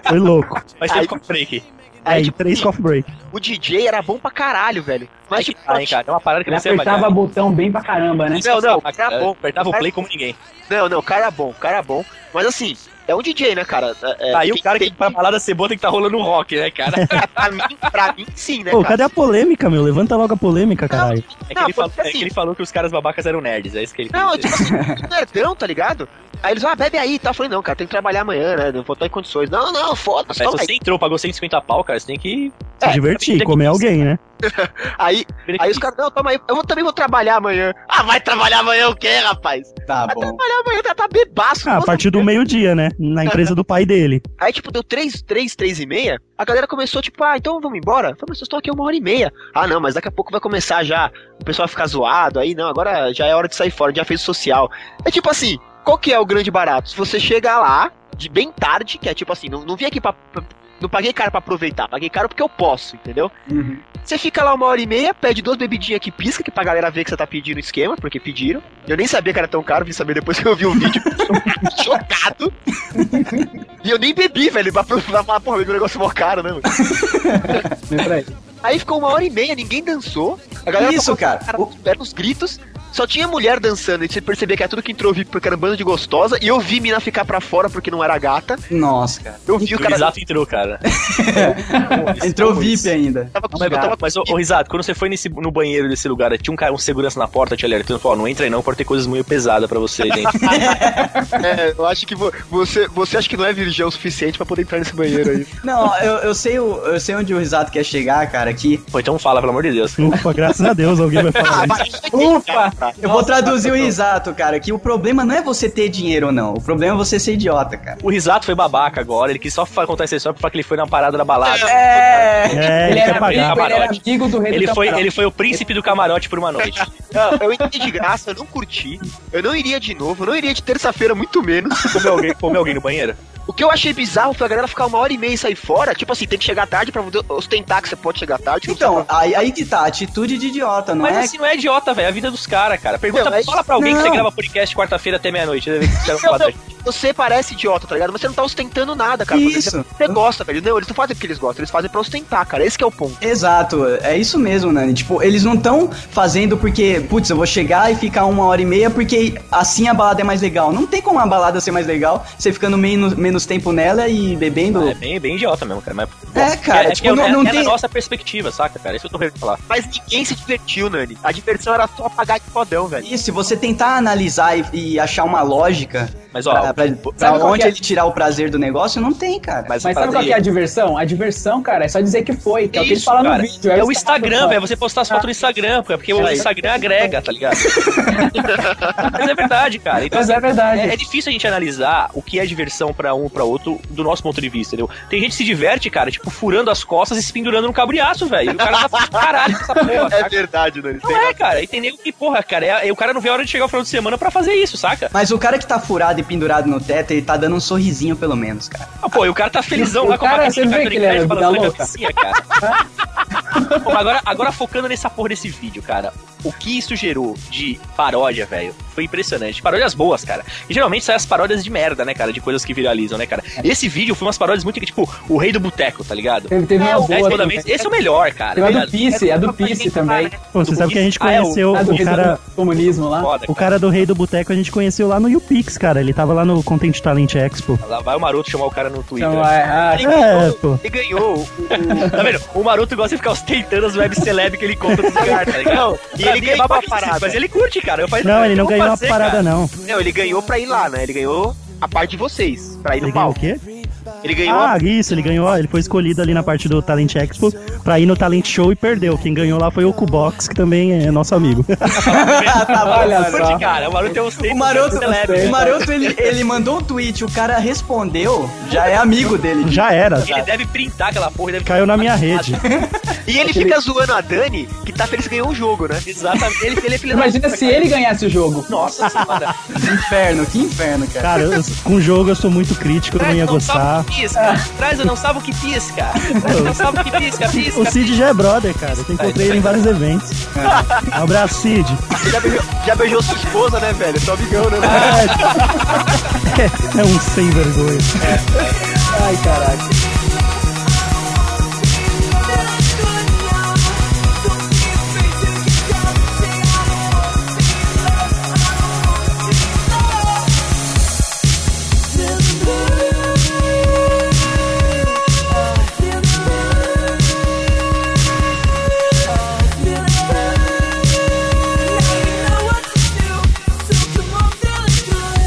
Foi louco. Mas tem um coffee break. Aí, tipo, três coffee break. O DJ era bom pra caralho, velho. Mas, tipo, Ah, hein, cara, é uma parada que Ele você vai apertava botão bem pra caramba, né? Não, não, o cara, cara é bom. apertava o cara- play como ninguém. Não, não, o cara é bom, o cara é bom. Mas assim, é um DJ, né, cara? É, é, Tá aí o quem cara tem- que pra balada cebola tem que tá rolando um rock, né, cara? pra, mim, pra mim, sim, né, Pô, cara? cadê a polêmica, meu? Levanta logo a polêmica, caralho. assim, É que, ele falou, é que ele falou que os caras babacas eram nerds, é isso que ele Não, tipo assim, um tipo nerdão, tá ligado? Aí eles, ah, bebe aí e tal. Eu falei, não, cara, tem que trabalhar amanhã, né? Não vou estar em condições. Não, não, foda-se, Mas assim, toma você aí. entrou, pagou 150 pau, cara, você tem que. é, Se divertir, comer alguém, né? aí, aí os caras, não, toma aí, eu vou- também vou trabalhar amanhã. Ah, vai trabalhar amanhã o quê, rapaz? Tá bom. Vai trabalhar amanhã, tá, tá bebaço. Ah, a todo partir do meio-dia, né? Na empresa do pai dele. Aí, tipo, deu 3, 3, 3 e meia, a galera começou, tipo, ah, então vamos embora? Eu Falei, mas vocês estão aqui uma hora e meia. Ah, não, mas daqui a pouco vai começar já, o pessoal vai ficar zoado, aí não, agora já é hora de sair fora, já fez o social. É tipo assim, qual que é o grande barato? Se você chegar lá, de bem tarde, que é tipo assim, não, não vim aqui pra... pra- Não paguei caro pra aproveitar, paguei caro porque eu posso, entendeu? Você fica lá uma hora e meia, pede duas bebidinhas que pisca, que pra galera ver que você tá pedindo esquema, porque pediram. Eu nem sabia que era tão caro, vim saber depois que eu vi o vídeo. chocado. E eu nem bebi, velho, pra pra falar, porra, bebi um negócio mó caro, né, mano? Aí ficou uma hora e meia, ninguém dançou. A galera Isso, tocou- tá cara. Eram os gritos. Só tinha mulher dançando, e você percebia que era tudo que entrou VIP porque era um bando de gostosa, e eu vi mina ficar pra fora porque não era gata. Nossa, cara. Eu vi o O cara. Risato entrou, cara. Entrou VIP ainda. mas, eu tava- mas, ô, ô, Risato, quando você foi nesse, no banheiro desse lugar, tinha um cara, um segurança na porta te alertando, falou, ó, não entra aí não, pode ter coisas muito pesadas pra você aí dentro. É, eu acho que vo- você, você acha que não é virgão o suficiente pra poder entrar nesse banheiro aí. Não, eu, eu, sei o, eu sei onde o Risato quer chegar, cara, que... Pô, então fala, pelo amor de Deus. Ufa, Hum, graças a Deus, alguém vai falar isso. Ufa! Eu vou traduzir o risato, cara, que o problema não é você ter dinheiro ou não. O problema é você ser idiota, cara. O Risato foi babaca agora, ele quis só fa- contar essa história pra falar que ele foi na parada da balada. É, É, ele quer pagar. amigo, Ele era amigo do rei do ele tá foi, camarote. ele foi o príncipe do camarote por uma noite. Não, eu entrei de graça, eu não curti. Eu não iria de novo, eu não iria de terça-feira, muito menos. Comer alguém, comer alguém no banheiro? O que eu achei bizarro foi a galera ficar uma hora e meia e sair fora. Tipo assim, tem que chegar tarde pra poder ostentar que você pode chegar tarde. Então, aí, aí que tá, atitude de idiota, não Mas é? assim, não é idiota, velho. É a vida dos caras, cara. Pergunta, Não, mas- fala pra alguém que você Não. grava podcast quarta-feira até meia-noite. né? Que você Não, não não, fala- você parece idiota, tá ligado? Mas você não tá ostentando nada, cara. Porque Isso. Você gosta, velho. Não, eles não fazem porque eles gostam, eles fazem pra ostentar, cara. Esse que é o ponto. Exato, é isso mesmo, Nani. Tipo, eles não estão fazendo porque, putz, eu vou chegar e ficar uma hora e meia porque assim a balada é mais legal. Não tem como a balada ser mais legal você ficando menos, menos tempo nela e bebendo. É bem, bem idiota mesmo, cara. Mas, É, cara, é, tipo, que é- não- é- não é tem- da nossa perspectiva, saca, cara? É Isso eu tô querendo falar. Mas ninguém se divertiu, Nani. A diversão era só pagar de fodão, velho. E se você tentar analisar e, e achar uma lógica Mas, ó, pra, pra- pra qual onde que é? ele tirar o prazer do negócio, não tem, cara. Mas sabe qual que é a diversão? A diversão, cara, é só dizer que foi, que é o que ele Isso, fala cara. no vídeo. É o Instagram, velho. Você postar as fotos no Instagram, cara, porque o Aí. Instagram agrega, tá ligado? Mas é verdade, cara. Mas é verdade. É, é difícil a gente analisar o que é diversão pra um pra outro do nosso ponto de vista, entendeu? Tem gente que se diverte, cara, tipo, furando as costas e se pendurando no cabriaço, velho. E O cara tá falando, caralho, com essa porra. É verdade, Nani. Não é, cara. E tem nego que, porra, cara, é- é- o cara não vê a hora de chegar o final de semana pra fazer isso, saca? Mas o cara que tá furado e pendurado no teto, ele tá dando um sorrisinho pelo menos, cara. Ah, pô, e o cara tá felizão O lá com cara, a você vê que ele é vida balançando a louca. cabecinha, cara. Pô, mas agora, agora focando nessa porra desse vídeo, cara. O que isso gerou de paródia, velho? Foi impressionante. Paródias boas, cara. E geralmente saem as paródias de merda, né, cara? De coisas que viralizam, né, cara? É. Esse vídeo foi umas paródias muito que, tipo, o rei do boteco, tá ligado? Teve- teve é uma o Dez boa Mandamentos. também. Esse é o melhor, cara. Tem a tá do ligado? Pisse, é a do Pisse também. né? Pô, você sabe que a gente Ah, é, conheceu a do o cara- comunismo lá. né? Foda, O cara do Rei do Boteco a gente conheceu lá no YouPix, cara. Ele tava lá no Content Talent Expo. Lá vai o maroto chamar o cara no Twitter. Então, é, ah, Ele É, ganhou, pô. ele ganhou o, o- Tá vendo? O maroto gosta de ficar ostentando as web celeb que ele compra dos lugares, tá ligado? E ele ganhou ganhou a parada. Mas ele curte, cara. Eu faço- Não, ele eu não vou ganhou a fazer, parada, cara. não. Não, ele ganhou pra ir lá, né? Ele ganhou a parte de vocês, pra ir Ele no ganhou o palco. quê? Ele ganhou Ah, isso, ele ganhou, ele foi escolhido ali na parte do Talent Expo pra ir no Talent Show e perdeu. Quem ganhou lá foi o Cubox, que também é nosso amigo. Olha Tá, Ele curte, só. cara. O maroto é ostenta. O Maroto, celeb. o Maroto ele, ele mandou um tweet, o cara respondeu, já é amigo dele. Já era. Ele deve printar aquela porra. Ele deve... Caiu na minha rede. E ele fica zoando a Dani, que tá feliz que ganhou o jogo, né? Exatamente. Ele, ele é filho da Imagina puta, se cara. ele ganhasse o jogo. Nossa senhora. Que inferno, que inferno, cara. Cara, eu- com o jogo eu sou muito crítico, eu não Traz ia o não sabe gostar. o que pisca. Traz o não sabe o que pisca. Traz o não sabe o que pisca. Pisca. O Cid já é brother, cara. Eu encontrei ele em vários eventos. Um abraço, Cid. Já beijou, já beijou sua esposa, né, velho? Seu amigão, né? É um sem vergonha. Ai, caraca. Now you know what to do. Till tomorrow feeling good.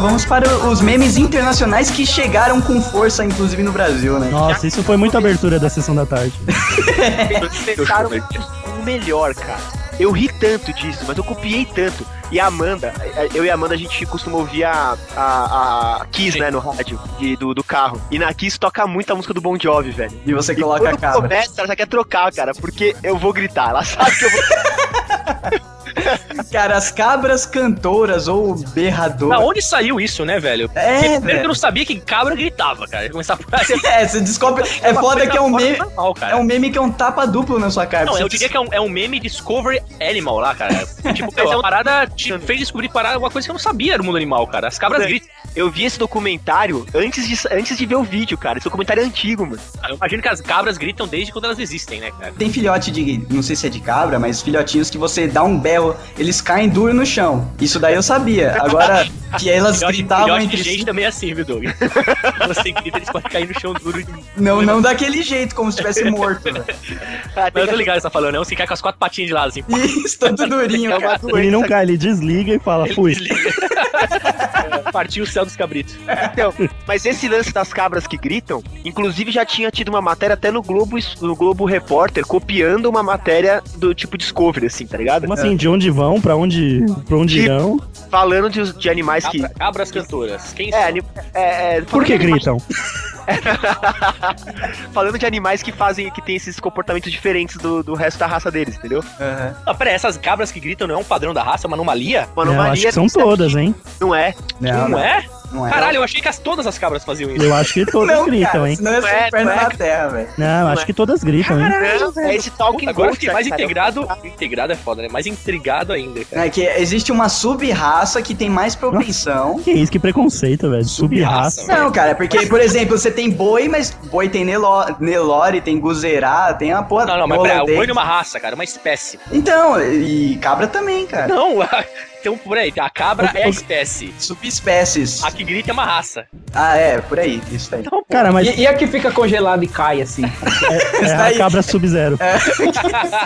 vamos para os memes internacionais que chegaram com força, inclusive no Brasil, né? Nossa, isso foi muita abertura da sessão da tarde. Tentaram o um melhor, cara. Eu ri tanto disso, mas eu copiei tanto. E a Amanda, eu e a Amanda, a gente costuma ouvir a, a, a Kiss, né, no rádio, de- do, do carro. E na Kiss toca muito a música do Bon Jovi, velho. E você coloca quando a cabra. começa, ela já quer trocar, cara, porque eu vou gritar. Ela sabe que eu vou... Cara, as cabras cantoras ou berradoras. Da onde saiu isso, né, velho? É, Porque primeiro velho. que eu não sabia que cabra gritava, cara. Começar por aí. É, você descobre. É Uma foda coisa que é um fora meme. do normal, cara. É um meme que é um tapa duplo na sua cara. Não, Você eu diria que é um, é um meme Discovery Animal lá, cara. tipo, mas é uma parada te fez descobrir parada, uma coisa que eu não sabia era o mundo animal, cara. As cabras gritam. Eu vi esse documentário antes de, antes de ver o vídeo, cara. Esse documentário é antigo, mano. Eu imagino que as cabras gritam desde quando elas existem, né, cara? Tem filhote de. Não sei se é de cabra, mas filhotinhos que você dá um berro, eles caem duro no chão. Isso daí eu sabia. Agora, que elas Filhote- gritavam filhote de entre si. gente também é assim, viu, Doug? Você grita, eles podem cair no chão tá duro. De... Não, não daquele jeito, como se tivesse morto. velho. Mas eu tô ligado que você tá falando, não? Você cai com as quatro patinhas de lado, assim. Isso, todo durinho, É uma cara. Ele não cai, ele desliga e fala, fui. Partiu o céu dos cabritos. Então, mas esse lance das cabras que gritam, inclusive já tinha tido uma matéria até no Globo, no Globo Repórter, copiando uma matéria do tipo Discovery, assim, tá ligado? Como assim, de onde vão, pra onde, pra onde Tipo, irão? Falando de, de animais que. Cabras cantoras. Quem É, ani- é, é, Por que falando de animais- gritam? Falando de animais que fazem, que tem esses comportamentos diferentes do, do resto da raça deles, entendeu? É, Ah, pera, essas cabras que gritam não é um padrão da raça, é uma anomalia? Uma Não, acho anomalia que são todas, hein? não é. Não, é? Não é. Caralho, eu achei que as- todas as cabras faziam isso. Eu acho que todas Não, gritam, cara, hein? senão ia ser É, inferno não é. na terra, velho. Não, acho que todas gritam, hein? É esse talking Puta, agora eu ghost, fiquei mais cara. integrado. Integrado é foda, né? Mais intrigado ainda, cara. É que existe uma sub-raça que tem mais propensão. Que isso, que preconceito, velho. Sub-raça. Não, cara, porque, por exemplo, você tem boi, mas boi tem nelo- Nelore, tem Guzerá, tem a porra Não, não, mas pera, o holandês. boi não é uma raça, cara, é uma espécie. Então, e cabra também, cara. Não, então por aí, a cabra é a espécie. Subespécies. A que grita é uma raça. Ah, é, por aí, isso aí. Cara, mas E, e a que fica congelada e cai assim? é isso a daí- cabra sub-zero.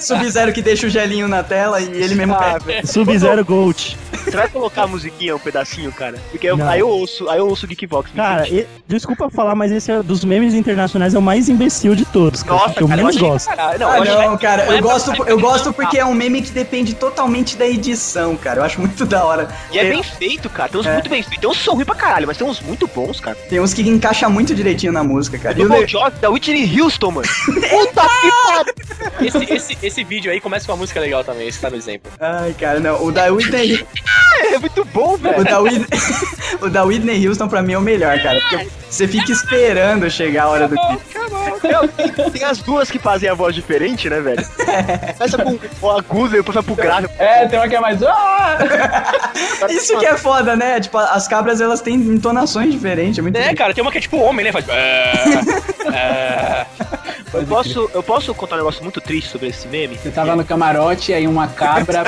Sub-Zero que deixa o gelinho na tela e ele Ah, mesmo cai. É, É. Sub-zero Gold. Você vai colocar a musiquinha, um pedacinho, cara? Porque eu- Não. aí eu ouço, aí eu ouço o Geekbox. me Cara, senti. e- desculpa falar, mas esse é, dos memes internacionais é o mais imbecil de todos, cara. Nossa, que eu cara, eu menos achei- gosto. Caralho, Não, ah, acho não, que- cara, não é eu gosto, pra- eu gosto porque é um meme que depende totalmente da edição, cara. Eu acho muito da hora. E é bem feito, cara. Tem uns É. muito bem feitos. Tem uns que são ruins pra caralho, mas tem uns muito bons, cara. Tem uns que encaixa muito direitinho na música, cara. E Do o Bon le- Jovi, da Whitney Houston, mano. Puta que Esse, esse, esse vídeo aí começa com uma música legal também, esse tá no exemplo. Ai, cara, não. O da Whitney, pariu, é muito bom, o velho. da Whitney, o da Whitney Houston pra mim é o melhor, cara. Porque você fica esperando chegar a hora do clipe. Tem- Tem as duas que fazem a voz diferente, né, velho? Começa com o agudo e depois vai pro grave. É, tem uma que é mais. Ah! Isso que é foda, né? Tipo, as cabras elas têm entonações diferentes, é muito É, legal. cara, tem uma que é tipo homem, né? Faz. Eu posso, eu posso contar um negócio muito triste sobre esse meme? Você tava no camarote, aí uma cabra.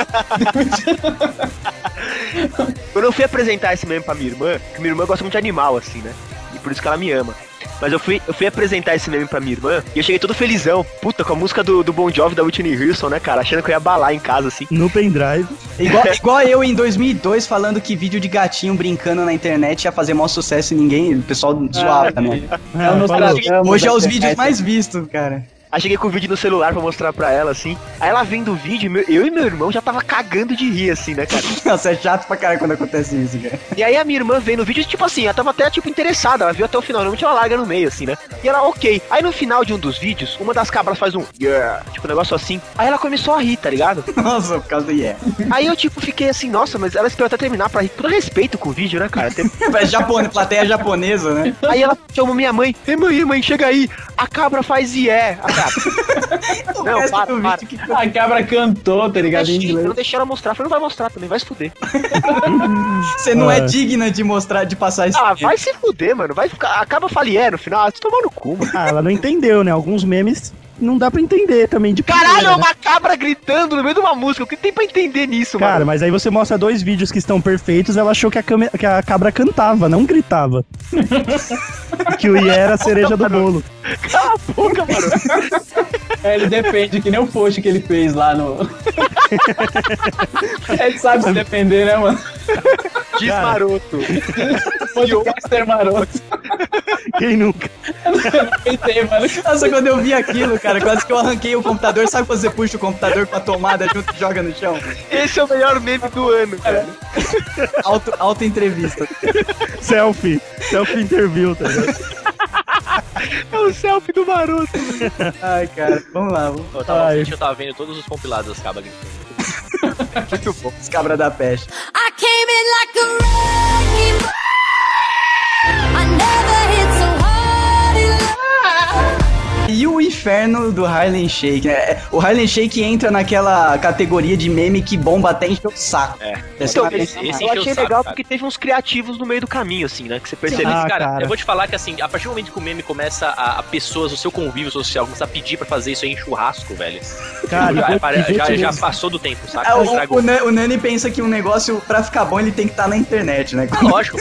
Quando eu fui apresentar esse meme pra minha irmã, que minha irmã gosta muito de animal, assim, né? E por isso que ela me ama. Mas eu fui, eu fui apresentar esse meme pra minha irmã e eu cheguei todo felizão. Puta, com a música do, do Bon Jovi da Whitney Houston, né, cara? Achando que eu ia balar em casa, assim. No pendrive. Igual, igual eu em 2002 falando que vídeo de gatinho brincando na internet ia fazer maior sucesso e ninguém, o pessoal zoava, né? É Ah, falou. Hoje é os vídeos mais vistos, cara. Aí cheguei com o vídeo no celular pra mostrar pra ela, assim. Aí ela vendo o vídeo, meu- eu e meu irmão já tava cagando de rir, assim, né, cara? Nossa, é chato pra caralho quando acontece isso, cara. E aí a minha irmã vendo o vídeo, tipo assim, ela tava até, tipo, interessada. Ela viu até o final, normalmente ela larga no meio, assim, né? E ela, ok. Aí no final de um dos vídeos, uma das cabras faz um yeah, tipo, um negócio assim. Aí ela começou a rir, tá ligado? Nossa, por causa do yeah. Aí eu, tipo, fiquei assim, nossa, mas ela esperou até terminar pra rir. Todo respeito com o vídeo, né, cara? Tem- É japone, plateia japonesa, né? Aí ela chamou minha mãe. Ei, mãe, mãe, chega aí. A cabra faz yeah. A cabra. O Não, resto para, do para. vídeo que- a cabra Ah, cantou, tá ligado? Em Deixei- Não inglês. deixaram mostrar. Falei, não vai mostrar também, vai se fuder. Você não é Ah. digna de mostrar, de passar isso. Ah, vai se fuder, mano. Vai ficar. A cabra fala yeah no final. Ah, tu tomou no cu, mano. Ah, ela não entendeu, né? Alguns memes não dá pra entender também de Caralho, é primeira, né? uma cabra gritando no meio de uma música. O que tem pra entender nisso, Cara, mano? mas aí você mostra dois vídeos que estão perfeitos, ela achou que a, câmera- que a cabra cantava, não gritava. que o Ié era a cereja do bolo. Cala a boca, mano. É, ele depende, que nem o post que ele fez lá no. ele sabe se defender, né, mano? Diz maroto. Podcaster maroto. Quem nunca? Eu não pensei, mano. Nossa, quando eu vi aquilo, cara, quase que eu arranquei o computador. Sabe quando você puxa o computador com a tomada junto e joga no chão? Esse é o melhor meme do ano, cara. Auto, auto entrevista. Selfie. Selfie interview, tá ligado? É o selfie do maroto. Ai, cara, vamos lá. Vamos... Eu tava, Ai. eu tava vendo todos os compilados das cabras gritando. Muito bom. Os cabra da peste. I came in like a wrecking ball. I never hit so hard in love. E o inferno do Harlem Shake, né? O Harlem Shake entra naquela categoria de meme que bomba até encher o saco. É. Então, Esse- esse- esse eu encheu o achei saco, legal cara. porque teve uns criativos no meio do caminho, assim, né? Que você percebeu. Mas, Ah, cara, cara. eu vou te falar que assim, a partir do momento que o meme começa a, a pessoas, o seu convívio social, começa a pedir pra fazer isso aí em churrasco, velho. Cara, já, e vou- apare- e vou já- te já dizer- passou do tempo, saca? É Ah, o, Estragou. o, Nan- o Nani pensa que um negócio, pra ficar bom, ele tem que estar na internet, né? Ah, lógico.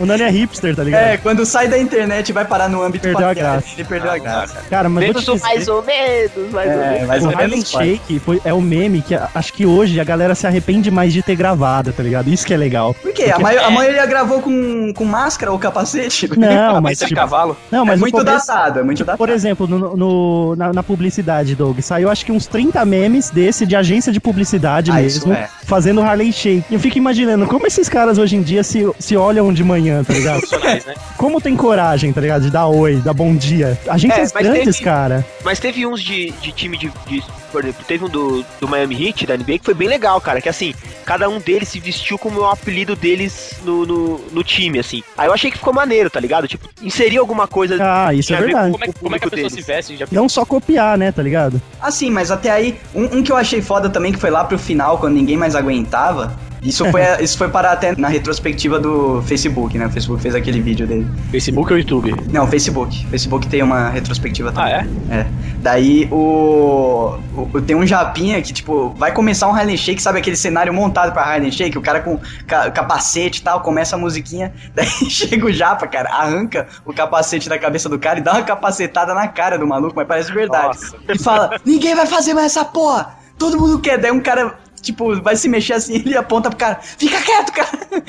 O Nani é hipster, tá ligado? É, quando sai da internet e vai parar no âmbito Perdeu a patriarcal, graça. Ele perdeu Ah, a graça. Cara, mas vou te Menos ou dizer, É. mais ou menos, mais ou menos. mais o ou Harlem é menos. pode. Shake foi, é o meme que a- acho que hoje a galera se arrepende mais de ter gravado, tá ligado? Isso que é legal. Por quê? A, é- mai- a maioria gravou com, com máscara ou capacete? Não, mas Esse tipo, cavalo. não, mas é o muito começo- datado, é muito datado. Por exemplo, no, no- na, na publicidade, Doug, saiu acho que uns 30 memes desse de agência de publicidade Ah, isso mesmo, é. fazendo Harlem Shake. E eu fico imaginando como esses caras hoje em dia se, se olham de manhã, tá ligado? Profissionais, né? como tem coragem, tá ligado? De dar oi, dar bom dia. Agências É, mas grandes, teve- cara. Mas teve uns de, de time de, de- Por exemplo, teve um do, do Miami Heat, da NBA, que foi bem legal, cara. Que assim, cada um deles se vestiu como o apelido deles no, no, no time, assim. Aí eu achei que ficou maneiro, tá ligado? Tipo, inserir alguma coisa. Ah, isso tinha é a ver verdade. Como é, que- como é que a pessoa se veste? Já... Não só copiar, né, tá ligado? Ah, sim, mas até aí, um, um que eu achei foda também, que foi lá pro final, quando ninguém mais aguentava. Isso foi, isso foi parar até na retrospectiva do Facebook, né? O Facebook fez aquele vídeo dele. Facebook ou YouTube? Não, Facebook. Facebook tem uma retrospectiva também. Ah, é? Daí o, o- o- Tem um Japinha que, tipo, vai começar um Highland Shake, sabe aquele cenário montado pra Highland Shake? O cara com ca- capacete e tal, começa a musiquinha. Daí chega o Japa, cara, arranca o capacete da cabeça do cara e dá uma capacetada na cara do maluco, mas parece verdade. E fala: Ninguém vai fazer mais essa porra! Todo mundo quer. Daí um cara. Tipo, vai se mexer assim, ele aponta pro cara, fica quieto, cara!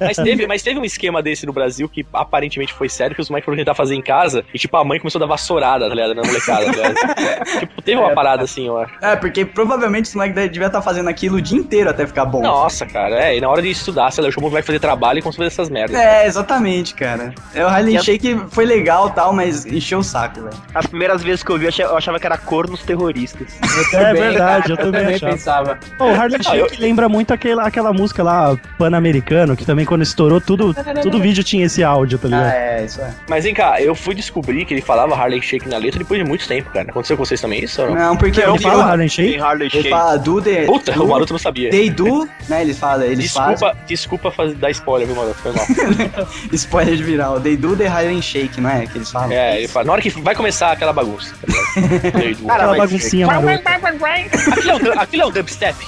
Mas teve, mas teve um esquema desse no Brasil que aparentemente foi sério, que os moleques foram tentar fazer em casa e, tipo, a mãe começou a dar vassourada, tá ligado? Na molecada, tá ligado? tipo, teve uma parada assim, eu acho. É, porque provavelmente esse moleque devia estar fazendo aquilo o dia inteiro até ficar bom. Nossa, cara, é, e na hora de estudar, sei lá, eu chamo o moleque fazer trabalho e começou a fazer essas merdas. É, exatamente, cara. É, O Highland Shake foi legal e tal, mas encheu o saco, velho. As primeiras vezes que eu vi, eu achava, eu achava que era cornos terroristas. É verdade, eu também achava. pensava. Pô, o Harlem Shake lembra muito aquela, aquela música lá, Pan-Americano, que também quando estourou, tudo, tudo vídeo tinha esse áudio, tá ligado? é, isso é. Mas vem cá, eu fui descobrir que ele falava Harley Shake na letra depois de muito tempo, cara. Aconteceu com vocês também isso ou não? Não, porque Não ele fala fala, Harlem Tem Shake? Harley ele Shake. fala do de, Puta, do, o Maroto não sabia. They do, né? Eles falam, eles Desculpa, desculpa fazer, dar spoiler, viu, Maroto? Foi mal. fazem. Spoiler de viral. They do the Highland Shake, não é? Que eles falam. É, ele fala, na hora que vai começar aquela bagunça. tá ligado? Daí, do- Aquela mas- baguncinha marota. um Aquilo é um, gu- aquilo é um dubstep.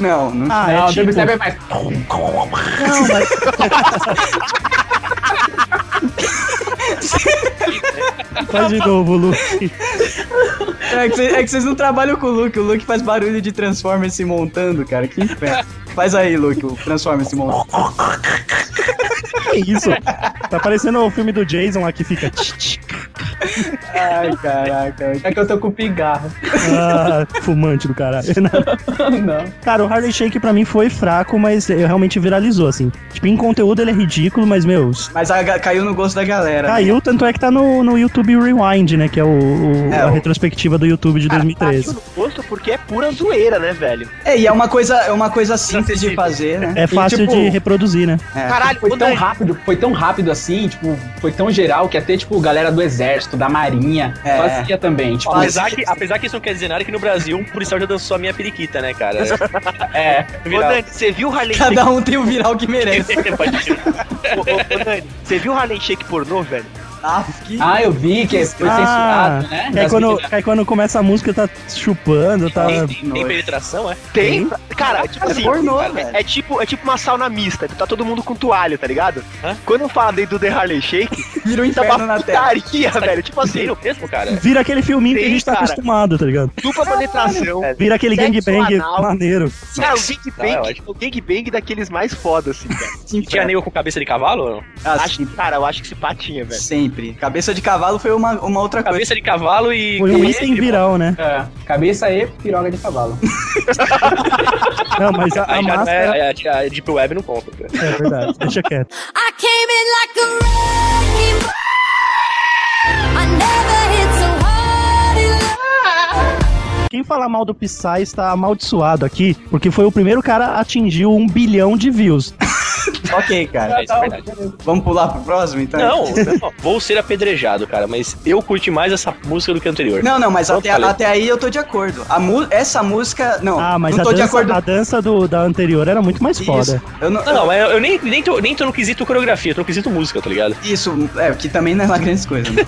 Não, não. Ah, Não, é o tipo... WTF é mais. Não, mas- tipo, Faz de novo, Lu. É que cê- é que vocês não trabalham com o Luke. O Luke faz barulho de Transformers se montando, cara. Que inferno. Faz aí, Luke, o Transformers se montando. Que É isso? Tá parecendo o filme do Jason lá que fica... Ai, caraca. É que eu tô com pigarro. Ah, fumante do caralho. não. Cara, o Harley Shake pra mim foi fraco, mas eu realmente viralizou, assim. Tipo, em conteúdo ele é ridículo, mas, meu, Mas a ga- caiu no gosto da galera. né? caiu, tanto é que tá no, no YouTube Rewind, né? Que é, o, o- É, a o- retrospectiva do YouTube de Partiu 2013. no gosto porque é pura zoeira, né, velho? É, e é uma coisa, é uma coisa simples de fazer, né? É fácil tipo, de reproduzir, né? É. Caralho, Foi ô, tão Dani, rápido, foi tão rápido assim, tipo, foi tão geral que até, tipo, galera do exército, da marinha, É. fazia também. Tipo, Faz. Apesar que, apesar que isso não quer dizer nada, que no Brasil um policial já dançou a minha periquita, né, cara? é. ô, Dani, você viu o Harley Shake? Cada um tem o viral que merece. Pode crer. Ô, ô, ô, Dani, você viu o Harlem Shake pornô, velho? Ah, eu vi que foi Ah, censurado, né? Que aí, Das é quando, meninas. que aí quando começa a música tá chupando, tá. Tem penetração, é? Tem? Cara, é tipo É assim. pornô, é, velho. é tipo, é tipo uma sauna mista, tá todo mundo com toalha, tá ligado? Quando eu falo dentro do The Harley Shake, tá vira um inferno na tela. putaria, velho. Tipo assim, no mesmo, cara. Vira aquele filminho que a gente tá Tem, cara. acostumado, tá ligado? Dupla penetração. Vira aquele Sexo gangbang anal. maneiro. Cara, o gangbang, Não, eu o gangbang daqueles mais foda, assim, cara. E tinha nego com cabeça de cavalo ou não? acho, cara, eu acho que se patinha, Ah, velho. Sempre. Cabeça de cavalo foi uma, uma outra coisa. Cabeça de cavalo e. Foi um item viral, né? É, cabeça e piroga de cavalo. Não, mas a, a Aí já não máscara. é, a, a Deep Web não conta. cara. É verdade, deixa quieto. I came in like a wrecking ball. I never hit so hard in love. Quem falar mal do Psy está amaldiçoado aqui, porque foi o primeiro cara a atingir um bilhão de views. ok, cara. tá. isso é verdade. Tá Vamos pular pro próximo, então? Não, não, vou ser apedrejado, cara, mas eu curti mais essa música do que a anterior. Não, não, mas Como até, eu falei. até aí eu tô de acordo. A mu essa música. Não, Ah, mas não a tô de dança, acordo. a dança do, da anterior era muito mais foda. Eu não, Não, é- não, mas eu, eu nem, nem, tô, nem tô no quesito coreografia, tô no quesito música, tá ligado? Isso, é, que também não é lá grandes coisas. né?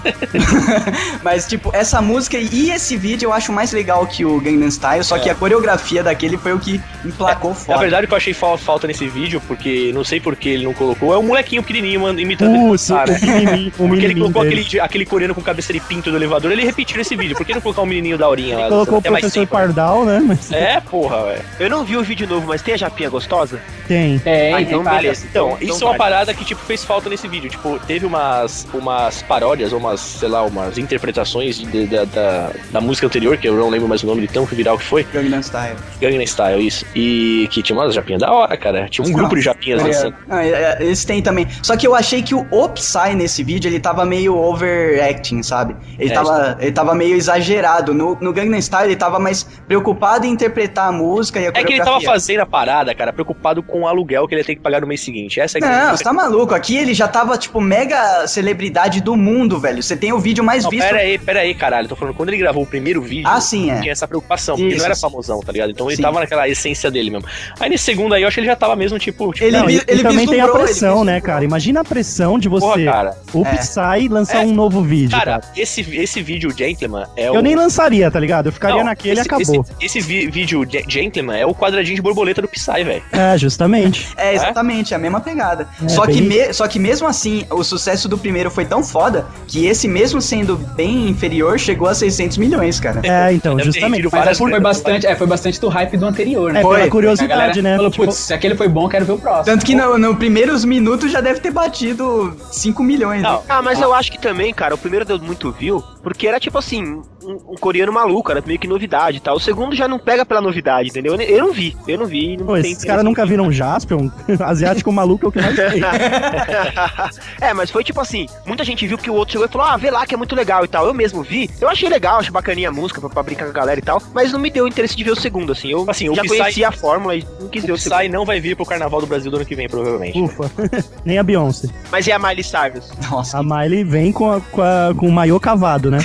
Mas, tipo, essa música e esse vídeo eu acho mais legal que o Gangnam Style, só que a coreografia daquele foi o que emplacou Na foda. verdade, o que eu achei fal- falta nesse vídeo, porque não sei por que ele não colocou, é um molequinho pequenininho man- imitando Uh, ele sim, dançar, o menininho- o porque ele menininho colocou dele. aquele, de- aquele coreano com cabeça de pinto do elevador, ele repetiu esse vídeo. Por que não colocar um menininho da horinha lá? Colocou o Até É mais professor tempo. Pardal, né? Mas É, porra, velho. Eu não vi o vídeo novo, mas tem a japinha gostosa? tem. Tem, Ah, tem então várias. beleza. Então, Então isso é uma vale. parada que, tipo, fez falta nesse vídeo. Tipo, teve umas, umas paródias, umas, sei lá, umas interpretações de- da, da, da música anterior, que eu não lembro mais o nome de tão viral que foi. Gangnam Style. Gangnam Style, isso. E que tinha umas japinhas da hora, cara. Tinha um Não, grupo de japinhas assim. É, dançando. não, é, é, eles têm também. Só que eu achei que o Opsai nesse vídeo, ele tava meio overacting, sabe? Ele, É, tava, ele tava meio exagerado. No, no Gangnam Style, ele tava mais preocupado em interpretar a música e a É que coreografia. ele tava fazendo a parada, cara, preocupado com o aluguel que ele ia ter que pagar no mês seguinte. Essa é que Não, você tá maluco. Aqui ele já tava, tipo, mega celebridade do mundo, velho. Você tem o vídeo mais Não, visto. pera aí, pera aí, caralho. Tô falando, quando ele gravou o primeiro vídeo, Ah, sim, é. tinha essa preocupação, porque Isso. ele não era famosão, tá ligado? Então ele Sim. tava naquela essência dele mesmo. Aí nesse segundo aí, eu acho que ele já tava mesmo, tipo... tipo Ele não, Não, e, vi- ele e também tem a vislumbrou, ele pressão, né, cara? Imagina a pressão de você, Porra, cara. o É. Psy, lançar É. um novo vídeo. Cara, Cara, esse, esse vídeo Gentleman é o. eu nem lançaria, tá ligado? Eu ficaria Não, naquele e esse- acabou. Esse, esse vi- vídeo Ge- Gentleman é o quadradinho de borboleta do Psy, velho. É, justamente. É, exatamente, é a mesma pegada. É, só, que bem me- só que mesmo assim, o sucesso do primeiro foi tão foda que esse, mesmo sendo bem inferior, chegou a 600 milhões, cara. É, então, Deve ter justamente. rendido Mas várias acho que foi vezes. bastante, é, foi bastante do hype do anterior, né? É, Foi. pela A galera curiosidade, né? Falou, Tipo, putz, se aquele foi bom, quero ver o próximo. Tanto que no, no primeiros minutos já deve ter batido 5 milhões. né? Ah, mas eu acho que também, cara, o primeiro deu muito view, porque era tipo assim, um, um coreano maluco, era meio que novidade e tal. O segundo já não pega pela novidade, entendeu? Eu, ne- eu não vi, eu não vi. Não pô, tem esses caras nunca viram Jasper, um asiático maluco é o que mais tem. é, mas foi tipo assim, muita gente viu que o outro chegou e falou, ah, vê lá que é muito legal e tal. Eu mesmo vi, eu achei legal, achei bacaninha a música pra, pra brincar com a galera e tal, mas não me deu interesse de ver o segundo, assim. Eu Assim, o já Psy- conhecia a fórmula e não quis ver O o segundo. Psy não vai vir pro Carnaval do Brasil do ano que vem, provavelmente. Ufa. Nem a Beyoncé. Mas e a Miley Cyrus? Nossa, A Miley vem com, a- com, a- com o maiô cavado, né?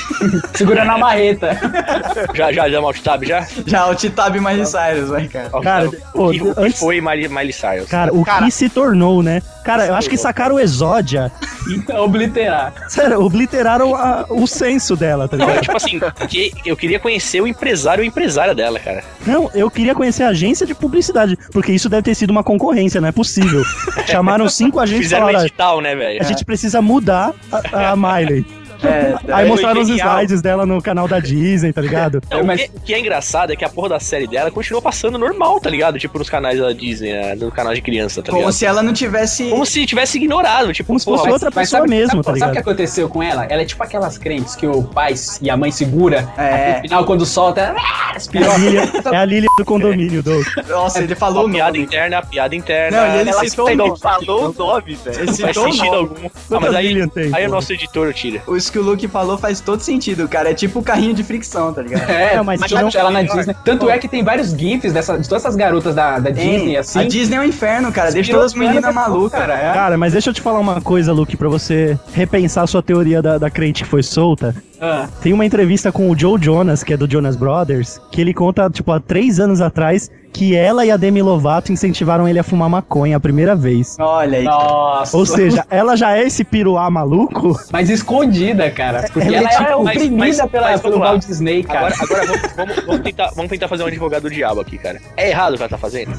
Segurando a marreta. Já, já, já, Maltitab, já? já o Titab mais Cyrus, vai, cara. Ó, Cara, o que- pô, o que, o que antes- foi Miley, Miley Cyrus? Cara, o Cara. que se tornou, né? Cara, eu acho que tornou. sacaram o Exódia, Então, Obliterar. sério, obliteraram a- o senso dela, tá Não, é ligado? tipo assim, que eu queria conhecer o empresário ou empresária dela, cara. Não, eu queria conhecer a agência de publicidade, porque isso deve ter sido uma concorrência, não é possível. Chamaram cinco agentes e Fizeram um falaram, "Olha, edital, né, velho? a gente precisa mudar a, a Miley. É, Aí foi mostraram os genial. slides dela no canal da Disney, tá ligado? Não, Mas- O que, o que é engraçado é que a porra da série dela continua passando normal, tá ligado? Tipo, nos canais da Disney, né? no canal de criança, tá como assim? ligado? se ela não tivesse. Como se tivesse ignorado, tipo, Como se porra, fosse vai outra pessoa sabe, mesmo, tá sabe, Sabe o que ligado? aconteceu com ela? Ela é tipo aquelas crentes que o pai e a mãe segura, É. aí no final quando solta, ah, as É a pirocas. Lilian, é a Lilian do condomínio, Doug. Nossa, ele falou É Uma o piada nome. interna, a piada interna. Não, e ele ela citou tem o nome. algum valor, Falou o nome, velho. Ele Então, faz citou um- o sentido nome. algum. Ah, mas Quanta aí, Lilian tem, aí o pô? nosso editor tira. Isso que o Luke falou faz todo sentido, cara. É tipo o carrinho de fricção, tá ligado? É, Não, mas mas não- ela na Disney. Tanto é que tem vários GIFs dessa, de todas essas garotas da, da Hein? Disney, assim. A Disney é um inferno, cara. Deixa Virou todas as meninas cara, né? malucas. cara. é. Cara, mas deixa eu te falar uma coisa, Luke, pra você repensar a sua teoria da, da crente que foi solta. Ah. Tem uma entrevista com o Joe Jonas, que é do Jonas Brothers, que ele conta, tipo, há três anos atrás, que ela e a Demi Lovato incentivaram ele a fumar maconha a primeira vez. Olha aí. Nossa. Ou seja, ela já é esse piruá maluco. Mas escondida, cara. Porque ela, é oprimida pela, mas pelo vamos lá. Walt Disney, cara. Agora, agora vamos, vamos- vamos tentar, vamos tentar fazer um advogado do diabo aqui, cara. É errado o que ela tá fazendo?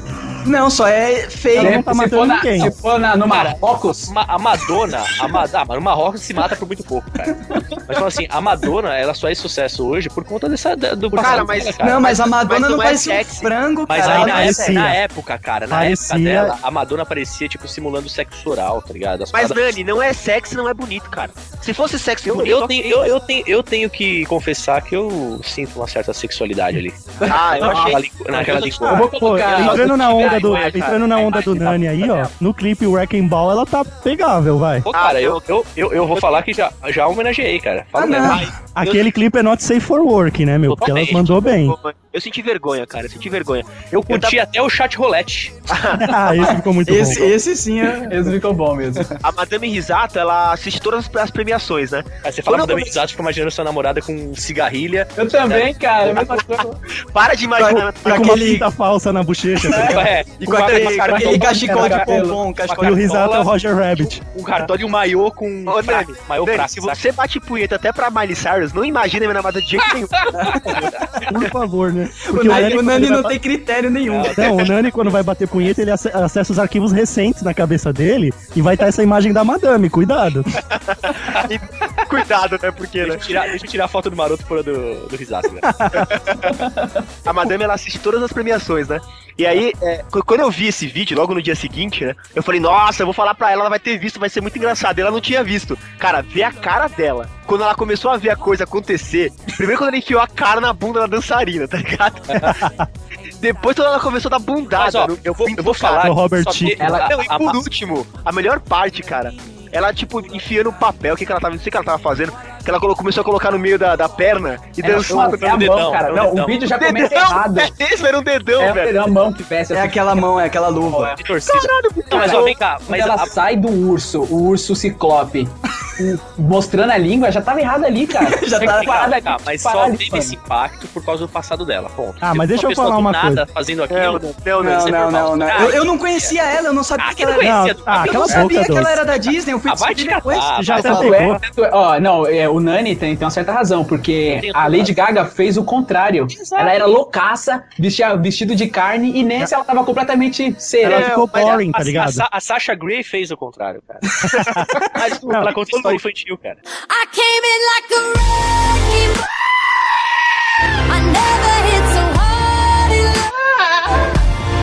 Não, só é feio. Ela não tá se matando for na, ninguém. Se for na, no Marrocos. Ma- a Madonna, a Ma- ah, mas o Marrocos se mata por muito pouco, cara. Mas fala assim, a Madonna, ela só é sucesso hoje por conta dessa da- do Cara, passado mas- dela, cara. não, mas a Madonna não parece um frango, Mas é cara. aí Ela na, época, parecia. na época, cara, na Parecia. época dela, a Madonna parecia, tipo, simulando sexo oral, tá ligado? As Mas, paradas- Nani, não é sexy, não é bonito, cara. Se fosse sexy eu, bonito, eu, ok. tenho, eu, eu tenho, eu tenho que confessar que eu sinto uma certa sexualidade ali. Ah, eu achei- Naquela lingu- Naquela língua. Ah, pô, entrando na onda do, entrando na onda do Nani aí, ó. No clipe Wrecking Ball, ela tá pegável, vai. Pô, cara, eu, eu, eu, eu vou falar que já, já homenageei, cara. Fala mesmo. Aquele clipe é not safe for work, né, meu? Porque ela mandou bem. Eu senti vergonha, cara. Eu senti vergonha. Eu curti até o chat rolete. Ah, esse ficou muito Esse- bom. esse sim, é- eles ficam bom mesmo. A Madame Risato, ela assiste todas as- as premiações, né? Aí você fala Quando eu Madame Risato, fica imaginando sua namorada com cigarrilha. É. Eu também, cara. Para de imaginar. Tá com uma pinta falsa na bochecha. tá? É, E com aquele- com aquele cachecol de pompom, E o risato é o Roger Rabbit. Um cartório e um maiô com. Ô, fraco, Nani, maiô Nani, fraco, se você bate punheta até pra Miley Cyrus, não imagina minha namorada de jeito nenhum. Por favor, né? O Nani- o Nani quando não vai- tem critério nenhum. É. Não, o Nani, quando vai bater punheta, ele ace- acessa os arquivos recentes na cabeça dele e vai estar essa imagem da madame, cuidado. Cuidado, né? Porque, Deixa eu tirar, deixa eu tirar a foto do maroto fora do, Tá, do risato, cara. A Madame, ela assiste todas as premiações, né? E aí, é, qu- quando eu vi esse vídeo, logo no dia seguinte, né? Eu falei, nossa, eu vou falar pra ela, ela vai ter visto, vai ser muito engraçado. E ela não tinha visto. Cara, vê a cara dela. Quando ela começou a ver a coisa acontecer, primeiro quando ela enfiou a cara na bunda da dançarina, tá ligado? Depois quando ela começou a dar bundada. Mas, ó, no- eu vou- no eu vou falar cara. Do Robert só que- Tico. Ela, não, e a- por a- último, a melhor parte, cara. Ela, tipo, enfiando o papel, o que, que ela tava, não sei o que ela tava fazendo, que ela colo- começou a colocar no meio da, da perna e Era dançando só- é a mão, cara. Não, o vídeo já começa errado. É isso, era um dedão, É, velho. era a mão que fecha. É aquela mão, é aquela luva. Não, mas ó, vem cá, Quando mas ela a- sai do urso, o urso ciclope, o- mostrando a língua, já tava errado ali, cara. Tinha Já que tá parar cara, daqui, cara, tinha mas que parar só ali, teve mano. esse impacto por causa do passado dela, ponto. Ah, mas deixa eu pessoa falar do uma nada coisa. fazendo aquilo. Não, Não, isso é não, normal. não, não. Ah, Eu, eu não conhecia ela, eu não sabia Ah, que que ela não era. conhecia, tá, eu cala não a sabia boca, que ela doce. era da Disney, eu fui Ah, vai descobrir te depois. catar, Já Eu tá falo, pegou. é, tanto- Ó, não, é, o Nani tem, tem uma certa razão, porque a Lady Gaga fez o contrário. Ela era loucaça, vestia vestido de carne, e nesse ela tava completamente serena. Não, mas tá a- a- A, Sa- Sa- a Sasha Grey fez o contrário, cara. mas Não, ela conta todo história mundo. infantil, cara. I came in like a wrecking ball. I never hit so hard in love.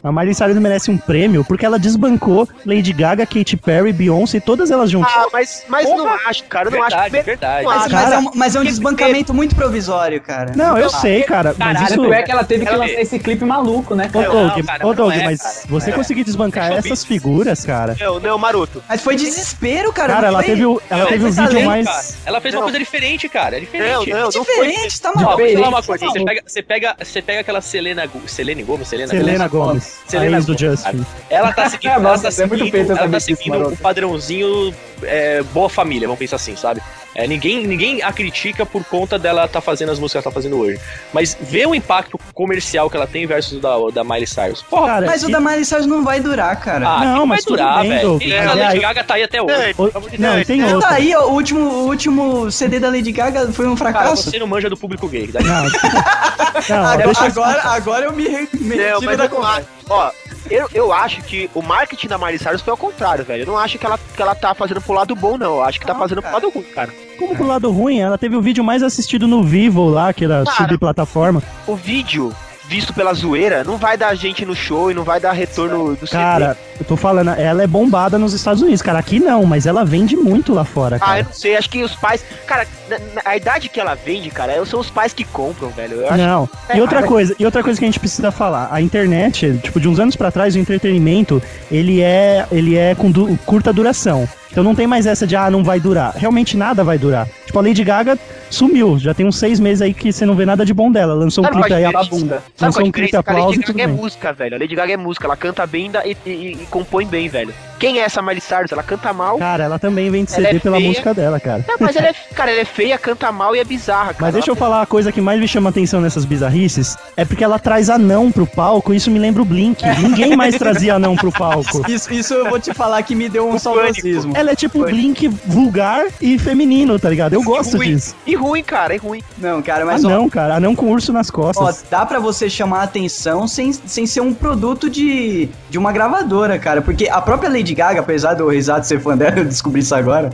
A Miley Cyrus merece um prêmio porque ela desbancou Lady Gaga, Katy Perry, Beyoncé, todas elas juntas. Ah, mas, mas não acho, cara. Eu não acho. Verdade, verdade. Não Mas, acho. mas é um, mas é um desbancamento muito provisório, cara. Não, eu sei, cara, mas Caralho, isso- tu é que ela teve que Ela- lançar esse clipe maluco, né? Ô cara? Doug, ô, Doug, não é, mas cara, você não é. conseguir desbancar essas figuras, cara. Não, não, Maroto. Mas foi desespero, cara. Cara, não ela foi- teve o- ela Não, teve o foi vídeo talento, mais- cara. Ela fez uma coisa diferente, cara. É diferente. Não, não, não Diferente, tá Ó, vou maluco. te falar uma coisa. Tá Você maluco. pega, você pega, você pega aquela Selena, Go- Selene Gomes, Selena, é Selena Gomes, a Selena ex do Justin. Ela tá seguindo, Nossa, ela tá isso é muito seguindo, feio essa ela tá notícia, seguindo maroto. um padrãozinho é, boa família, vamos pensar assim, sabe? É, ninguém, ninguém a critica por conta dela tá fazendo as músicas que ela tá fazendo hoje. Mas vê o impacto comercial que ela tem versus o da, o da Miley Cyrus. Porra, Cara, Mas o da Miley Cyrus não vai durar, cara. Ah, Não, que mas vai tudo durar, bem, velho. Doug, E mas a é Lady aí- Gaga tá aí até É, hoje. O- Não, e tem Tá outra. aí, ó, o último, o último CD da Lady Gaga foi um Cara, fracasso. você não manja do público gay. tá? Não, Agora- não, Ah, deixa eu- agora, agora eu me, re- me Não, retiro mas da eu não conversa. acho. Ó, eu, eu acho que o marketing da Miley Cyrus foi ao contrário, velho. Eu não acho que ela, que ela tá fazendo pro lado bom, não. Eu acho que tá fazendo pro lado ruim, cara. Como pro lado ruim, ela teve o vídeo mais assistido no Vivo lá, que era Cara. subplataforma. O vídeo visto pela zoeira não vai dar gente no show e não vai dar retorno do Cara, eu tô falando, ela é bombada nos Estados Unidos, cara. Aqui não, mas ela vende muito lá fora, Ah, eu cara. não sei, acho que os pais. Cara, na- na- a idade que ela vende, cara, é, são os pais que compram, velho. Eu acho Não. É, E outra cara. coisa, e outra coisa que a gente precisa falar, a internet, tipo, de uns anos pra trás, o entretenimento, ele é, ele é com du- curta duração. Então não tem mais essa de ah, não vai durar. Realmente nada vai durar. Tipo, a Lady Gaga sumiu, já tem uns seis meses aí que você não vê nada de bom dela. Lançou um Sabe qual é clipe a aí a diferença? bunda. Sabe qual é Lançou a um clipe diferença? Cara, a aplauso Lady e tudo Gaga é bem. música, velho. A Lady Gaga é música, ela canta bem da- e, e- e compõe bem, velho. Quem é essa Miley Cyrus? Ela canta mal. Cara, ela também vende Ela CD é pela feia. música dela, cara. Não, mas ela é, cara, ela é feia, canta mal e é bizarra, cara. Mas deixa eu Ela- falar a coisa que mais me chama atenção nessas bizarrices é porque ela traz anão pro palco, isso me lembra o Blink. Ninguém mais trazia anão pro palco. Isso, isso eu vou te falar que me deu um saudosismo. Ela é tipo um Blink vulgar e feminino, tá ligado? Eu gosto ruim. disso. E ruim, cara, e ruim. Não, cara, Tipo mas ó, Anão, cara, anão com urso nas Ó, costas. dá pra você chamar a atenção sem, sem ser um produto de, de uma gravadora, cara. Porque a própria Lady Gaga, apesar do Risato ser fã dela, eu descobri isso agora.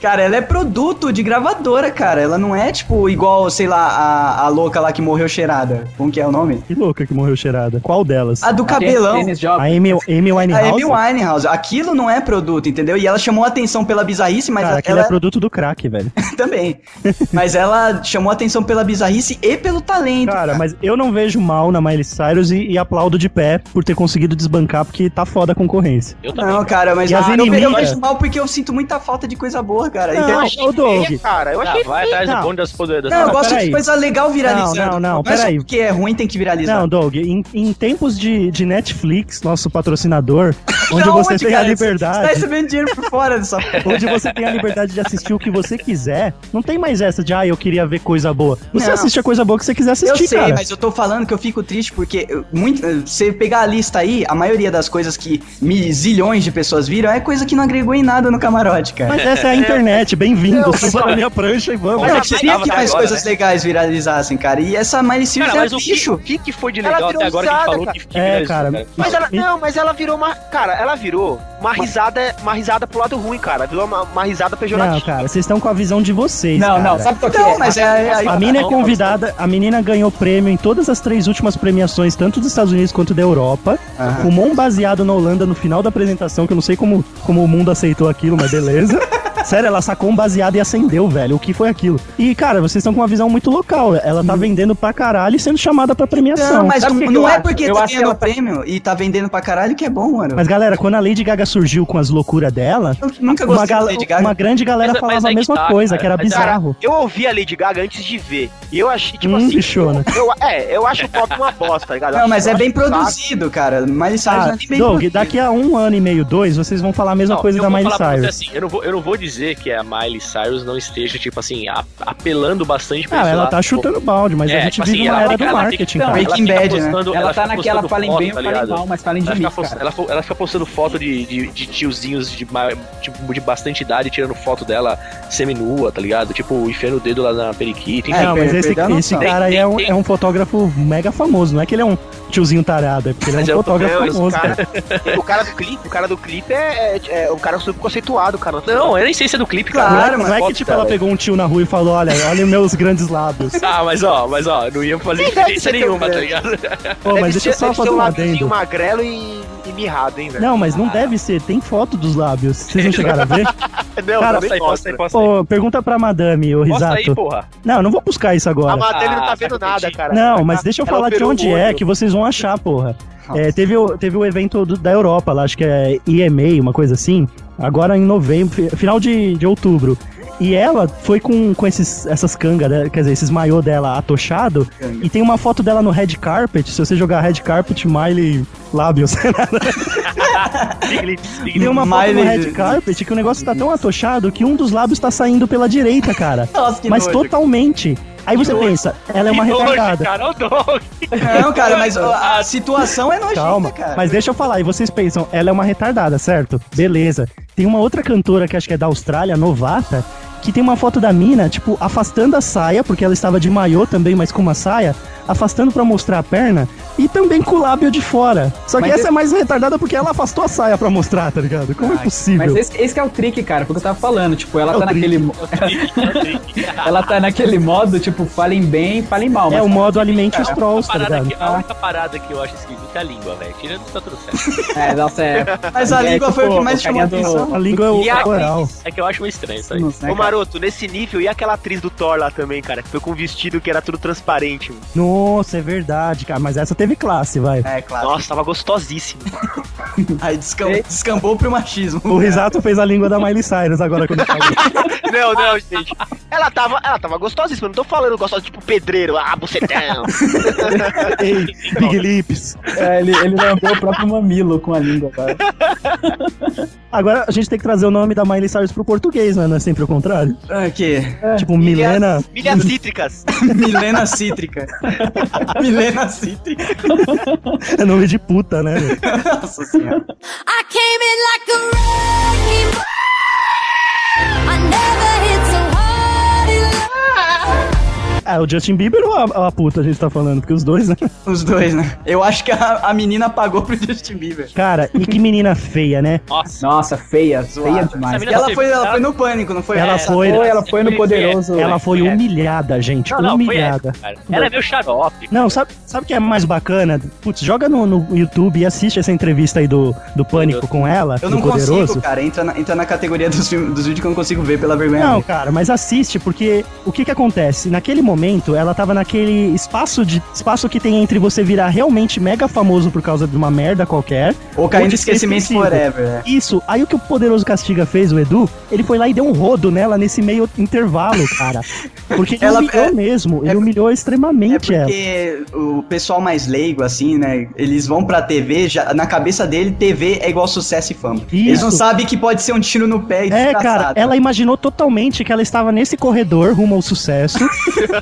cara, ela é produto de gravadora, cara. Ela não é, tipo, igual, sei lá, a, a louca lá que morreu cheirada. Como que é o nome? Que louca que morreu cheirada. Qual delas? A do cabelão. A Amy, Amy A Winehouse. Amy Winehouse. Aquilo não é produto, entendeu? E ela chamou a atenção pela bizarrice, mas Cara, aquele ela... é produto do crack, velho. também. Mas ela chamou a atenção pela bizarrice e pelo talento. Cara, mas eu não vejo mal na Miley Cyrus e, e aplaudo de pé por ter conseguido desbancar, porque tá foda a concorrência. Não, cara, mas E as ah, eu, eu inimigas? vejo mal porque eu sinto muita falta de coisa boa, cara. Não, Então- ô, Doug. cara, eu achei Tá, Ah, vai feio. atrás Não. do bonde das poderosas. Não, eu Não, gosto peraí. de coisa legal viralizando. Não, não, não, Mas só peraí. Porque é ruim, tem que viralizar. Não, Doug, em, em tempos de, de Netflix, nosso patrocinador, onde Da você onde, tem cara? a Você tá liberdade. recebendo dinheiro por fora dessa Onde você tem a liberdade de assistir o que você quiser, não tem mais essa de, ah, eu queria ver coisa boa. Você Não. assiste a coisa boa que você quiser assistir, Eu sei, cara. mas eu tô falando que eu fico triste porque eu- muito, você pegar a lista aí, a maioria das coisas que mi- zilhões de pessoas viram é coisa que não agregou em nada no camarote, cara. Mas essa é a internet, bem-vindo. Não, Suba na minha prancha e vamos. Mas é Ela eu queria tava que até mais agora, coisas né? legais viralizassem, cara. E essa Miley Cyrus Cara, é mas o um que, bicho. o que que foi de Ela legal virou até agora que a gente usada, falou cara. que que É, viralizou, cara. Mas ela, não, mas ela virou uma. Cara, ela virou uma risada, uma risada pro lado ruim, cara. Virou uma, uma risada Não, pejorativa. cara, vocês estão com a visão de vocês. Não, cara. não, sabe o que Então, é? mas é. A é- mina é convidada, a menina ganhou prêmio em todas as três últimas premiações, tanto dos Estados Unidos quanto da Europa. Aham. Fumou um baseado na Holanda no final da apresentação, que eu não sei como, como o mundo aceitou aquilo, mas beleza. Sério, ela sacou um baseado e acendeu, velho. O que foi aquilo? E, cara, vocês estão com uma visão muito local. Ela tá vendendo pra caralho e sendo chamada pra premiação. Hum. Não, mas Sabe o que que não eu é acho? porque Eu tá acho que ganhando ela tá- prêmio e tá vendendo pra caralho que é bom, mano. Mas, galera, quando a Lady Gaga surgiu com as loucuras dela, eu nunca uma, gostei da gal- Lady Gaga. uma grande galera Mas- mas falava aí a que mesma tá, coisa, cara. que era Mas, Cara, bizarro. eu ouvi a Lady Gaga antes de ver. E eu achei, tipo Hum, assim. bichona. Eu, é, eu acho o pop uma bosta, tá ligado? Não, mas Eu é acho bem um saco. produzido, cara. Miley Cyrus não Ah, é nem bem Doug, produzido. daqui a um ano e meio, dois, vocês vão falar a mesma Não, coisa eu da vou Miley falar pra você Cyrus. Assim, eu, não vou, eu não vou dizer que a Miley Cyrus não esteja, tipo assim, a- apelando bastante pra Ah, sei ela lá, tá chutando balde, mas É, a gente tipo vive assim, uma ela era fica- do ela marketing, fica- cara. Breaking fica Bad, né? postando- Ela, tá fica naquela postando falem foto, bem ou tá falem ligado? mal, mas falem de Ela mim, fica, cara. post- ela, fo- ela fica postando foto de, de, de tiozinhos de, ma- tipo, de bastante idade, tirando foto dela seminua, tá ligado? Tipo, enfiando o dedo lá na periquita. enfim. não, mas esse, perdão, não esse tá. cara aí é um, Tem- é um fotógrafo mega famoso. Não é que ele é um tiozinho tarado, é porque ele Mas é é um o- fotógrafo Não, esse famoso, cara. cara, o cara do clipe, o cara do clipe é, é, é um cara super conceituado, cara. Não, eu nem sei se é do clipe, Claro, cara. mas Não é que, foto tipo, dela. ela pegou um tio na rua e falou, olha, olha os meus grandes lábios. Ah, mas ó, mas ó, não ia fazer Quem deve diferença ser teu nenhuma, tá grande? ligado? Pô, mas deixa eu só fazer um adendo. magrelo e, e mirrado, hein, velho. Não, mas não deve ser, tem foto dos lábios. Vocês não chegaram a ver? Não, Cara, também Posta aí, posta mostra. aí, posta aí. Pô, pergunta pra madame, ô Posta aí, risato. porra. Não, não vou buscar isso A agora. Madeleine não tá Ah, vendo tá nada, mentindo. cara. Não, mas deixa eu Ela falar de operou onde o é olho. que vocês vão achar, porra. É, teve, o, teve o evento do- da Europa lá, acho que é EMA, uma coisa assim. Agora em novembro, fi- final de, de outubro. E ela foi com, com esses, essas cangas, né, quer dizer, esses maiô dela atochado. E tem uma foto dela no red carpet. Se você jogar red carpet, Miley lábios. Big lips, big tem uma foto no Miley- red carpet que o negócio tá tão atochado que um dos lábios tá saindo pela direita, cara. Nossa, que Mas nojo. totalmente. Aí você nojo. pensa, ela é uma Que nojo, retardada. Cara, olha o Doug. Não, cara, mas ó, a situação é nojenta, Calma, cara. mas deixa eu falar, e vocês pensam, ela é uma retardada, certo? Beleza. Tem uma outra cantora que acho que é da Austrália, novata, que tem uma foto da mina, tipo, afastando a saia, porque ela estava de maiô também, mas com uma saia, afastando pra mostrar a perna, e também com o lábio de fora. Só que Mas essa esse- é mais retardada porque ela afastou a saia pra mostrar, tá ligado? Como é Mas possível? esse, esse que é o trick, cara, porque eu tava falando, tipo, ela É o tá trick. naquele. mo- ela tá naquele modo, tipo, falem bem, falem mal. É mas- o modo alimente os A, trolls, tá parada ligado? que, a única parada que eu acho esquisita é a língua, velho. Tirando isso, tá tudo certo. É, nossa, é. Mas a é, língua foi o que mais chamou carinha a do- atenção. A língua é o E a- coral. né, É que eu acho meio estranho isso aí. Não sei, Ô, cara. Maroto, nesse nível, e aquela atriz do Thor lá também, cara? Que foi com um vestido que era tudo transparente. mano. Nossa, é verdade, cara, mas essa teve classe, vai. É, claro. Nossa, tava gostosíssimo. Aí descam- descambou pro machismo. O Risato fez a língua da Miley Cyrus agora quando falou. não, não, gente. Ela tava, ela tava gostosíssima, eu não tô falando gostosa tipo pedreiro, ah, bucetão. Ei, Big Lips. É, ele, ele lambeu o próprio mamilo com a língua, cara. Agora a gente tem que trazer o nome da Miley Cyrus pro português, né? Não é sempre o contrário. Ah, que? É. Tipo, Milena. Milhas cítricas. Milena Cítrica. Milena Cítrica. É nome de puta, né? Nossa senhora. I came in like a wrecking ball. I never hit so hard in love. Ah, o Justin Bieber ou a, a puta a gente tá falando? Porque os dois, né? Os dois, né? Eu acho que a, a menina pagou pro Justin Bieber. Cara, e que menina feia, né? Nossa, feia, feia demais. demais. tá Ela foi, ela foi no pânico, não foi? Ela É, foi, Ela foi É. humilhada, gente. Não, não, foi humilhada. essa, cara. Ela é meio xarope. Não, sabe, sabe o que é mais bacana? Putz, joga no, no YouTube e assiste essa entrevista aí do, do Pânico com ela, Eu do não Poderoso. consigo, cara. Entra na, entra na categoria dos, filmes- dos vídeos que eu não consigo ver pela vergonha. Não, alheia. cara, mas assiste, porque o que que acontece? Naquele momento, ela tava naquele espaço de espaço que tem entre você virar realmente mega famoso por causa de uma merda qualquer. Ou cair no de ser esquecimento esquecido. forever, é. Isso. Aí o que o Poderoso Castiga fez, o Edu, ele foi lá e deu um rodo nela nesse meio intervalo, cara. Porque ele Ela- humilhou é- mesmo, ele humilhou extremamente ela. Porque o pessoal mais leigo, assim, né? Eles vão pra TV, já, na cabeça dele, TV é igual sucesso e fama. Eles não Isso. sabem que pode ser um tiro no pé e É, cara, desgraçado. ela imaginou totalmente que ela estava nesse corredor rumo ao sucesso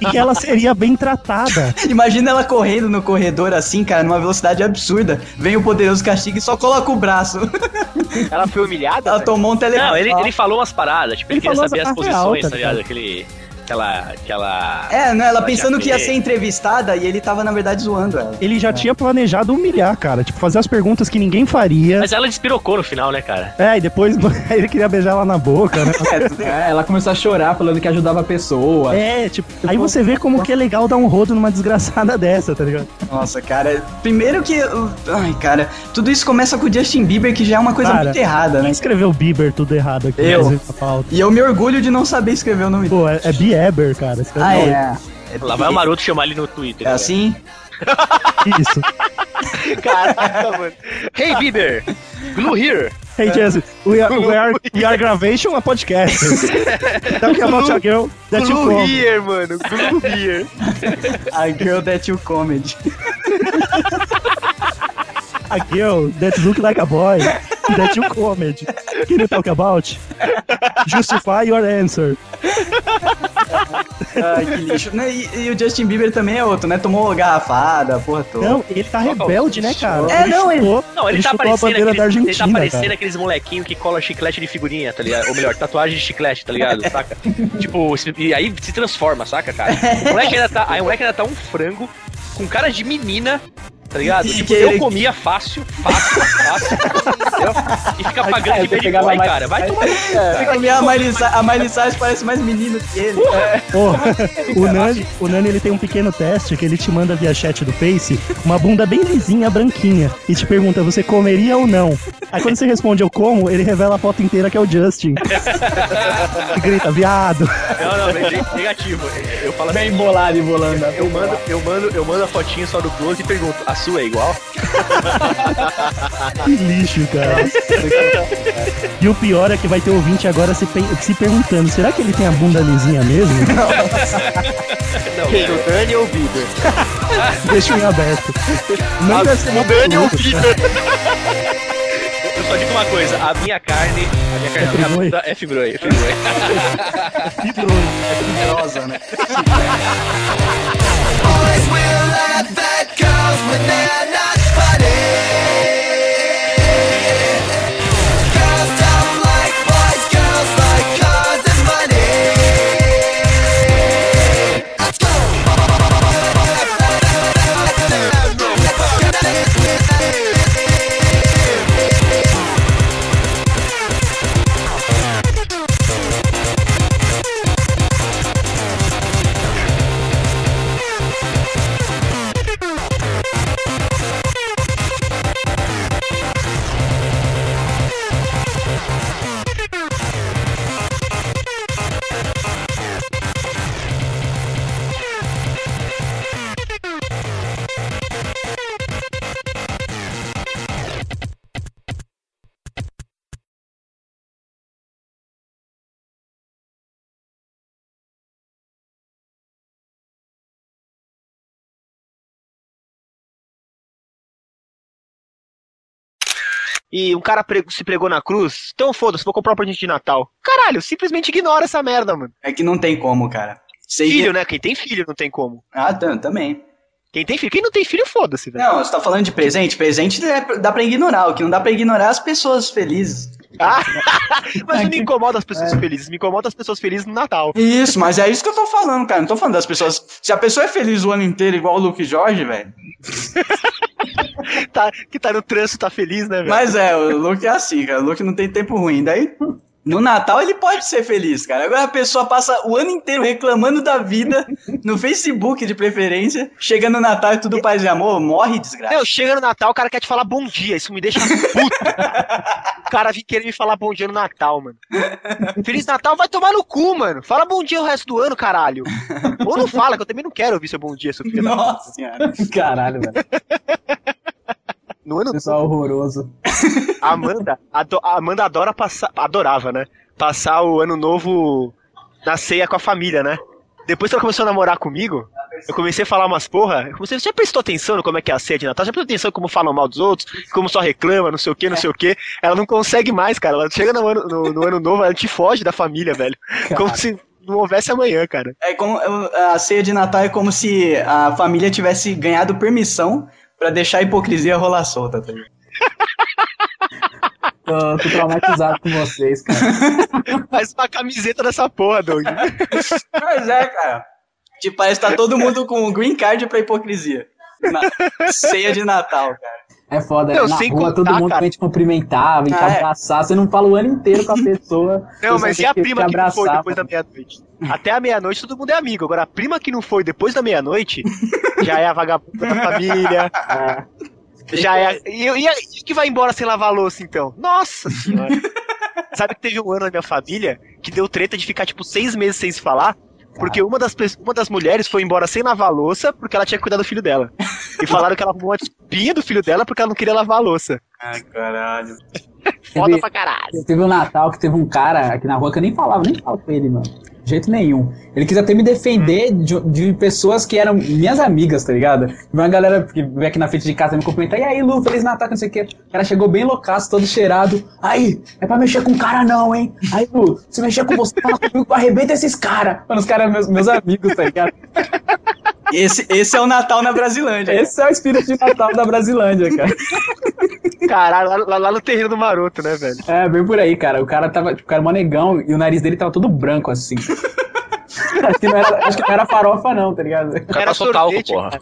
e que ela seria bem tratada. Imagina ela correndo no corredor assim, cara, numa velocidade absurda. Vem o poderoso castigo e só coloca o braço. Ela foi humilhada? Ela tomou um telefone. Não, ele, ele falou umas paradas, tipo, ele, Ele queria falou saber essa as parte real, posições, tá tá ligado? Aquele. Aquela. Aquela. É, né? Ela já pensando que ia fez. ser entrevistada e ele tava, na verdade, zoando ela. Ele já tinha planejado humilhar, cara. Tipo, fazer as perguntas que ninguém faria. Mas ela despirocou no final, né, cara? É, e depois ele queria beijar ela na boca, né? É, ela começou a chorar falando que ajudava a pessoa. É, tipo, aí você vê como que é legal dar um rodo numa desgraçada dessa, tá ligado? Nossa, cara, primeiro que. Ai, cara, tudo isso começa com o Justin Bieber, que já é uma coisa Cara, muito errada, né? Quem escreveu Bieber tudo errado aqui? Eu. Brasil, tá falta. E eu me orgulho de não saber escrever o nome Pô, é, é Bieber, cara. esse cara Ah, não- é. Lá vai o maroto chamar ele no Twitter. tá É assim? Isso. Caraca, mano. Hey, Bieber! Glue here! Hey, Jesus, we are, we are, we are gravation a podcast. Talk about a girl that you Glue come. here, mano. Glue here. A Girl That You Comedy. A girl that look like a boy that you comedy. Can you talk about? Justify your answer. Ai, que lixo. Né, E, e o Justin Bieber também é outro, né? Tomou garrafada, porra toda. Não, ele tá rebelde, né, cara? É, não, ele- Não, ele, tá chutou parecendo, a bandeira aqueles, da Argentina, ele tá parecendo cara. aqueles molequinho que cola chiclete de figurinha, tá ligado? Ou melhor, tatuagem de chiclete, tá ligado? Saca? tipo, se- e aí se transforma, saca, cara? O moleque ainda tá, aí o moleque ainda tá um frango com cara de menina, tá ligado? E Tipo, que eu ele- comia fácil, fácil, fácil, entendeu? E fica É, pagando de você baby pegava boy, mais- cara. Vai tomar no cu, É, cara. a, Miley, Cy- a Miley Cyrus parece mais menino que ele. É. Pô, o Nani, o Nani ele tem um pequeno teste que ele te manda via chat do Face uma bunda bem lisinha, branquinha, e te pergunta você comeria ou não. Aí quando você responde eu como, ele revela a foto inteira que é o Justin. E grita, viado. Não, não, é negativo. Eu falo assim, Bem bolado e bolando. eu mando, eu mando, eu mando a fotinha só do close e pergunto, a sua é igual? Que lixo, cara. E o pior é que vai ter ouvinte agora se, pe- se perguntando: será que ele tem a bunda lisinha mesmo? Não, Quem? O Dani ou o Bieber? Deixa em aberto. Não deve ser o Dani ou o Bieber? Eu só digo uma coisa, a minha carne, a minha carne, a minha bunda é fibroi, é fibroi. Fibrosa, né? Always will at bad girls when they're not funny. Girls don't like boys, girls like cars and money. Let's go. e um cara pre- se pregou na cruz, então foda-se, vou comprar um presente de Natal. Caralho, simplesmente ignora essa merda, mano. É que não tem como, cara. filho, né? Quem tem filho não tem como. Ah, tam- também. Quem tem filho? Quem não tem filho, foda-se, velho. Não, você tá falando de presente? Presente é- dá pra ignorar. O que não dá pra ignorar é as pessoas felizes. Ah, mas eu me incomoda as pessoas É. felizes, me incomoda as pessoas felizes no Natal. Isso, mas é isso que eu tô falando, cara. Não tô falando das pessoas. Se a pessoa é feliz o ano inteiro, igual o Luke Jorge, velho. tá, que tá no trânsito, tá feliz, né, velho? Mas é, o Luke é assim, cara. O Luke não tem tempo ruim. Daí, no Natal, ele pode ser feliz, cara. Agora a pessoa passa o ano inteiro reclamando da vida, no Facebook de preferência. Chega no Natal e tudo paz e amor, morre, desgraça. Não, chega no Natal, o cara quer te falar bom dia, isso me deixa puto. o cara vem querer me falar bom dia no Natal, mano. Feliz Natal vai tomar no cu, mano. Fala bom dia o resto do ano, caralho. Ou não fala, que eu também não quero ouvir seu bom dia, seu filho da puta. Nossa senhora. Caralho, velho. No ano Pessoal horroroso. A Amanda, ado- a Amanda adora passar, adorava, né? Passar o ano novo na ceia com a família, né? Depois que ela começou a namorar comigo, eu comecei a falar umas porra. Eu comecei, você já prestou atenção no como é que é a ceia de Natal? Já prestou atenção em como falam mal dos outros? Como só reclama, não sei o que, não sei o que. Ela não consegue mais, cara. Ela chega no ano, no- no ano novo, ela te foge da família, velho. Como se não houvesse amanhã, cara. É como a ceia de Natal é como se a família tivesse ganhado permissão pra deixar a hipocrisia rolar solta, tá ligado? Tô, tô traumatizado com vocês, cara. Faz uma camiseta dessa porra, Doug. Mas é, cara. Tipo, parece que tá todo mundo com um green card pra hipocrisia. Na- ceia de Natal, cara. É foda, Não, né? na sem rua todo contar, mundo cara. vem te cumprimentar, vem te Ah, é. abraçar. Você não fala o ano inteiro com a pessoa. você Não, só mas tem e a que prima te que não foi abraçar, depois da meia-noite? Até a meia-noite todo mundo é amigo. Agora, a prima que não foi depois da meia-noite já é a vagabunda da família. Já é. a- E, e a e que vai embora sem lavar a louça, então? Nossa senhora. Sabe que teve um ano na minha família que deu treta de ficar, tipo, seis meses sem se falar? Porque Tá. uma das, pe- uma das mulheres foi embora sem lavar a louça porque ela tinha que cuidar do filho dela. E falaram que ela arrumou a espinha do filho dela porque ela não queria lavar a louça. Ah, caralho. Foda pra caralho. Teve um Natal que teve um cara aqui na rua que eu nem falava, nem falo com ele, mano. De jeito nenhum. Ele quis até me defender Hum. de, de pessoas que eram minhas amigas, tá ligado? Uma galera que veio aqui na frente de casa me cumprimentar. E aí, Lu, feliz Natal, que não sei o quê. O cara chegou bem loucaço, todo cheirado. Aí, é pra mexer com o cara não, hein? Aí, Lu, se mexer com você, fala comigo, arrebenta esses caras. Mano, os caras meus, meus amigos, tá ligado? Esse, esse é o Natal na Brasilândia. cara. Esse é o espírito de Natal da Brasilândia, cara. Caralho, lá- lá, lá no terreno do maroto, né, velho? É, bem por aí, cara. O cara tava, tipo, o cara mó negão e o nariz dele tava todo branco, assim. acho, que não era, acho que não era farofa, não, tá ligado? O cara passou talco, porra.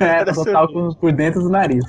É, passou talco por dentro do nariz.